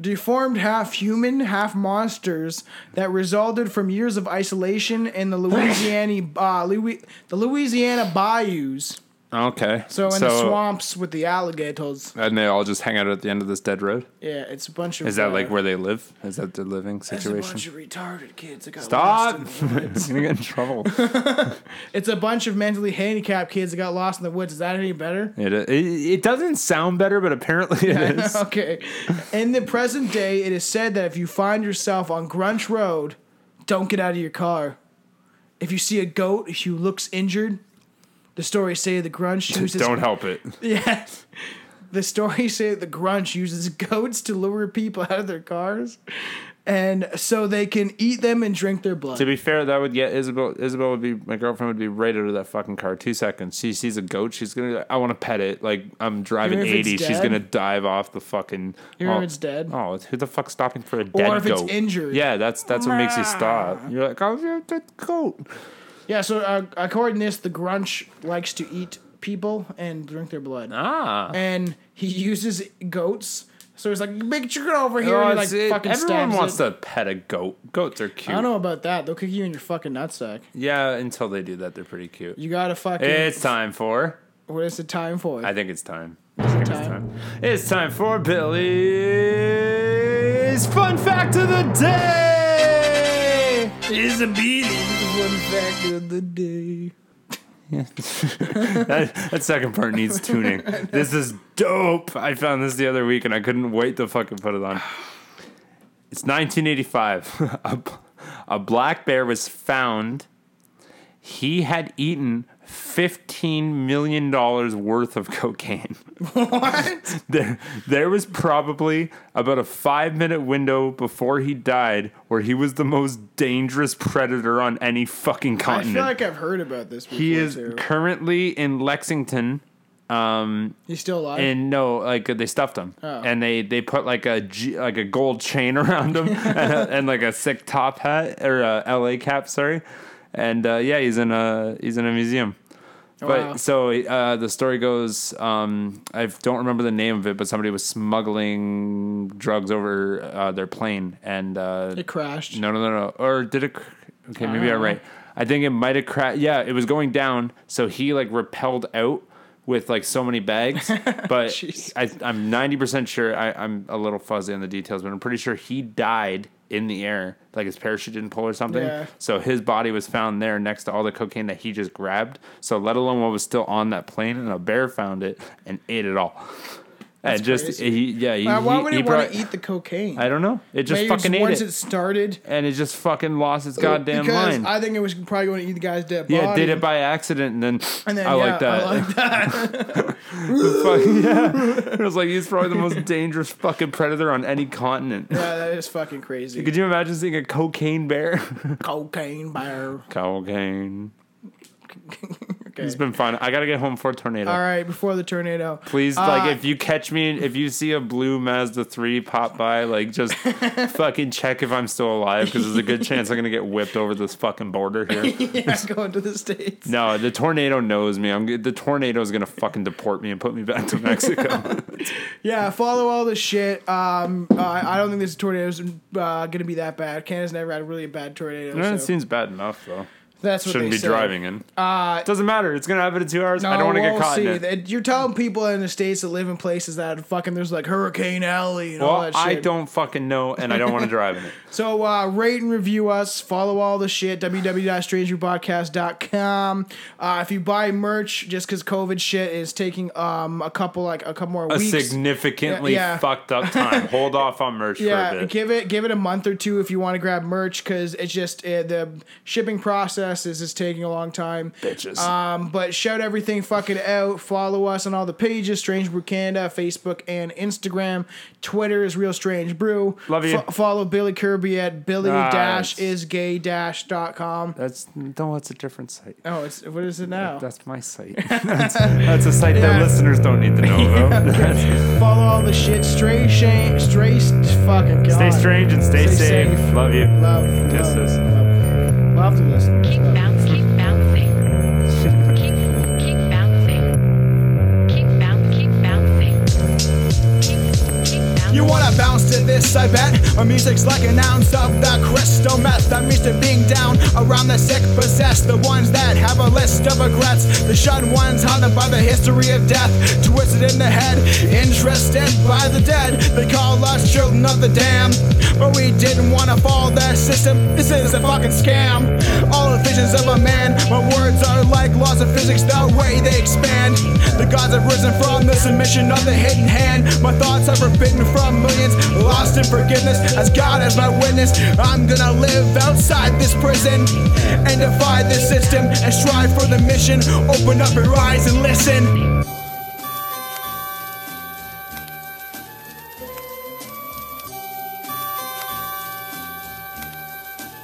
Speaker 4: deformed half human, half monsters that resulted from years of isolation in
Speaker 3: [laughs]
Speaker 4: the Louisiana uh, Louis, the Louisiana bayous.
Speaker 3: Okay.
Speaker 4: So in the swamps with the alligators.
Speaker 3: and they all just hang out at the end of this dead road.
Speaker 4: Yeah, it's a bunch of
Speaker 3: Is that
Speaker 4: uh,
Speaker 3: like where they live? Is that the living
Speaker 4: it's a bunch
Speaker 3: situation?
Speaker 4: of retarded kids. that got
Speaker 3: [laughs]
Speaker 4: lost
Speaker 3: Stop!
Speaker 4: in the
Speaker 3: [laughs] It's gonna get in
Speaker 4: [laughs]
Speaker 3: trouble.
Speaker 4: It's a bunch of mentally handicapped kids that got lost in the woods. Is that any better?
Speaker 3: it, it it doesn't sound better, but apparently it is.
Speaker 4: [laughs] okay. In the present day, it is said that if you find yourself on Grunch Road, don't get out of your car. If you see a goat who looks injured, the stories say the
Speaker 3: [laughs]
Speaker 4: Grunch uses
Speaker 3: Don't help it.
Speaker 4: [laughs] Yeah. The stories say the Grunch uses [laughs] goats to lure people out of their cars, and so they can eat them and drink their blood.
Speaker 3: To be fair, that would get Isabel. Isabel would be my girlfriend. Would be right out of that fucking car. Two seconds. She sees a goat. She's gonna. be like, I want to pet it. Like I'm driving
Speaker 4: Even if it's
Speaker 3: eighty. She's
Speaker 4: dead?
Speaker 3: gonna dive off the fucking.
Speaker 4: Even if
Speaker 3: oh,
Speaker 4: it's dead?
Speaker 3: Oh, who the fuck's stopping for a dead
Speaker 4: if it's
Speaker 3: goat?
Speaker 4: injured. Ah.
Speaker 3: Yeah, that's that's what makes you stop. You're like, oh, yeah, dead goat.
Speaker 4: yeah. So uh, according to this, the Grunch likes to eat people and drink their blood.
Speaker 3: Ah.
Speaker 4: [laughs] and he uses goats. So he's like, big chicken over here.
Speaker 3: Oh,
Speaker 4: and he, like
Speaker 3: it's- it-
Speaker 4: fucking
Speaker 3: everyone
Speaker 4: stabs
Speaker 3: wants
Speaker 4: it.
Speaker 3: to pet a goat. Goats are cute.
Speaker 4: I don't know about that. They'll kick you in your fucking nutsack.
Speaker 3: Yeah, until they do that, they're pretty cute.
Speaker 4: You gotta fucking.
Speaker 3: It's time for
Speaker 4: What is the time for?
Speaker 3: I think it's time. I think It's time. It's time for Billy's fun fact of the day. Is a Billy.
Speaker 4: One fact of the day.
Speaker 3: [laughs] That, that second part needs [laughs] tuning. This is dope. I found this the other week and I couldn't wait to fucking put it on. It's 1985. [laughs] a, b- a black bear was found. He had eaten $15 million worth of cocaine.
Speaker 4: What?
Speaker 3: there, there was probably about a five minute window before he died where he was the most dangerous predator on any fucking
Speaker 4: [laughs] I
Speaker 3: continent.
Speaker 4: feel like I've heard about this before.
Speaker 3: he is
Speaker 4: Too.
Speaker 3: currently in Lexington, um,
Speaker 4: He's still alive.
Speaker 3: and no, like they stuffed him,
Speaker 4: Oh.
Speaker 3: and they they put like a G, like a gold chain [laughs] around
Speaker 4: [laughs]
Speaker 3: him, and, a- and like a sick top hat or a L.A. cap, sorry, and uh, yeah, he's in a he's in a museum. But
Speaker 4: Wow.
Speaker 3: so uh, the story goes, um, I don't remember the name of it, but somebody was smuggling drugs over uh, their plane, and uh,
Speaker 4: it crashed.
Speaker 3: no, no, no, no. Or did it? cr- Okay, maybe I'm right. I think it might have crashed. Yeah, it was going down, so he like repelled out with like so many
Speaker 4: [laughs]
Speaker 3: bags. But
Speaker 4: Jeez.
Speaker 3: I, I'm 90% sure. I, I'm a little fuzzy on the details, but I'm pretty sure he died in the air. Like his parachute didn't pull or something.
Speaker 4: Yeah.
Speaker 3: So his body was found there next to all the cocaine that he just grabbed. So let alone what was still on that plane, and a bear found it and ate it all. and just
Speaker 4: crazy.
Speaker 3: he, yeah, he,
Speaker 4: Uh, why
Speaker 3: he-
Speaker 4: would
Speaker 3: he
Speaker 4: he, want
Speaker 3: brought-
Speaker 4: to eat the cocaine?
Speaker 3: I don't know. It just
Speaker 4: Maybe
Speaker 3: fucking ate
Speaker 4: once
Speaker 3: it
Speaker 4: it started.
Speaker 3: and it just fucking lost its goddamn
Speaker 4: because
Speaker 3: mind.
Speaker 4: I think it was probably going to eat the guy's dead body.
Speaker 3: yeah, it did it by accident, and then,
Speaker 4: And then,
Speaker 3: I
Speaker 4: yeah,
Speaker 3: like [laughs] that.
Speaker 4: I like that.
Speaker 3: Fuck, yeah, it was like he's probably the most dangerous fucking predator on any continent.
Speaker 4: yeah, that is fucking crazy.
Speaker 3: Could you imagine seeing a cocaine bear? [laughs]
Speaker 4: cocaine bear.
Speaker 3: cocaine.
Speaker 4: Okay.
Speaker 3: It's been fun. I gotta get home for a tornado.
Speaker 4: All right, before the tornado.
Speaker 3: Please, like,
Speaker 4: Uh,
Speaker 3: if you catch me, if you see a blue Mazda 3 pop by, like,
Speaker 4: [laughs]
Speaker 3: just fucking check if I'm still alive because there's a good chance I'm gonna get whipped over this fucking border here.
Speaker 4: [laughs] yeah, going to the states.
Speaker 3: No, the tornado knows me. I'm g- the tornado is gonna fucking deport me and put me back to Mexico.
Speaker 4: [laughs] Yeah, follow all this shit. Um, uh, I don't think this tornado is uh, gonna be that bad. Canada's never had a really bad tornado.
Speaker 3: That
Speaker 4: so
Speaker 3: seems bad enough though.
Speaker 4: that's what
Speaker 3: Shouldn't
Speaker 4: they
Speaker 3: be
Speaker 4: say.
Speaker 3: driving in. Uh, Doesn't matter. It's gonna happen in two hours.
Speaker 4: No,
Speaker 3: I don't want to
Speaker 4: we'll
Speaker 3: get caught
Speaker 4: see.
Speaker 3: in it.
Speaker 4: That- You're telling people in the states that live in places that fucking there's like Hurricane Alley and all
Speaker 3: Well,
Speaker 4: that shit.
Speaker 3: I don't fucking know, and I don't want to drive
Speaker 4: [laughs]
Speaker 3: in it.
Speaker 4: So uh, rate and review us. Follow all the shit. www.strangerpodcast.com. Uh, if you buy merch, just because COVID shit is taking um a couple like a couple more
Speaker 3: A
Speaker 4: weeks.
Speaker 3: significantly
Speaker 4: Yeah, yeah.
Speaker 3: fucked up time.
Speaker 4: [laughs]
Speaker 3: Hold off on merch for a
Speaker 4: yeah,
Speaker 3: bit.
Speaker 4: give it give it a month or two if you want to grab merch because it's just uh, the shipping process is just taking a long time.
Speaker 3: Bitches.
Speaker 4: Um, but shout everything fucking out. Follow us on all the pages: Strange Brew Canada, Facebook and Instagram. Twitter is Real Strange Brew.
Speaker 3: Love you.
Speaker 4: follow Billy Kirby at Billy
Speaker 3: Nice.
Speaker 4: Dash is Gay Dash dot com.
Speaker 3: That's no, it's a different site.
Speaker 4: Oh, it's what is it now?
Speaker 3: That's my
Speaker 4: [laughs]
Speaker 3: site. [laughs] that's, that's a site that
Speaker 4: Yeah.
Speaker 3: listeners don't need to know [laughs] about. That's-
Speaker 4: Follow all the shit. Stray shame. Stray. st- Fucking. God.
Speaker 3: stay strange and stay,
Speaker 4: Stay
Speaker 3: safe.
Speaker 4: safe.
Speaker 3: Love you.
Speaker 4: Love.
Speaker 3: Kisses.
Speaker 4: Love, love to listen.
Speaker 5: Keep bouncing, keep bouncing. Keep, keep bouncing. Keep bounce, keep bouncing. Keep, keep bouncing.
Speaker 1: You wanna bounce to this, I bet. Our music's like an ounce of the crystal meth. I'm used to being down around the sick, possessed. The ones that have a list of regrets. The shunned ones haunted by the history of death. Twisted in the head, interested by the dead. They call us children of the damned. But we didn't wanna follow that system. This is a fucking scam. All the visions of a man. My words are like laws of physics, the way they expand. The gods have risen from the submission of the hidden hand. My thoughts are forbidden from millions, lost in forgiveness. As God as my witness, I'm gonna live outside this prison and defy this system and strive for the mission. Open up your eyes and listen.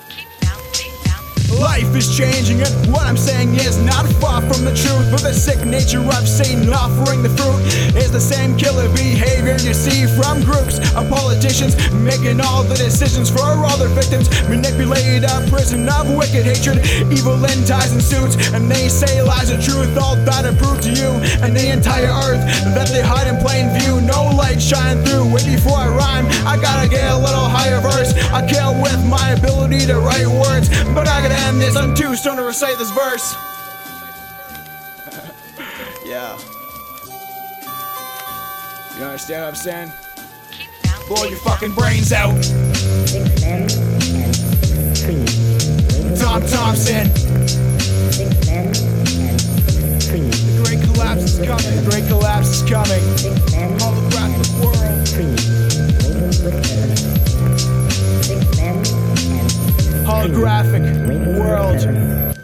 Speaker 5: Keep bouncing, bouncing.
Speaker 1: Life is changing and what I'm saying is not far from the truth. But the sick nature I've seen offering the fruit is the same killer behavior you see from groups of politicians making all the decisions for all their victims. Manipulate a prison of wicked hatred, evil in ties and suits, and they say lies are truth, all that are proved to you and the entire earth that they hide in plain view. No light shine through. Way before I rhyme, I gotta get a little higher verse. I kill with my ability to write words, [laughs] but I gotta end this. I'm too stoned to recite this verse.
Speaker 4: Yeah. You understand what I'm saying?
Speaker 5: Keep bouncing.
Speaker 1: Blow your fucking brains out.
Speaker 6: Six men and six trees.
Speaker 1: Tom Thompson.
Speaker 6: Six men and six trees.
Speaker 1: The great collapse is coming. The great collapse is coming.
Speaker 6: Six men and
Speaker 1: Holographic world.
Speaker 6: six trees. Labeled with bitterness. Six men and six
Speaker 1: Holographic
Speaker 6: labeled with
Speaker 1: world.
Speaker 6: bitterness.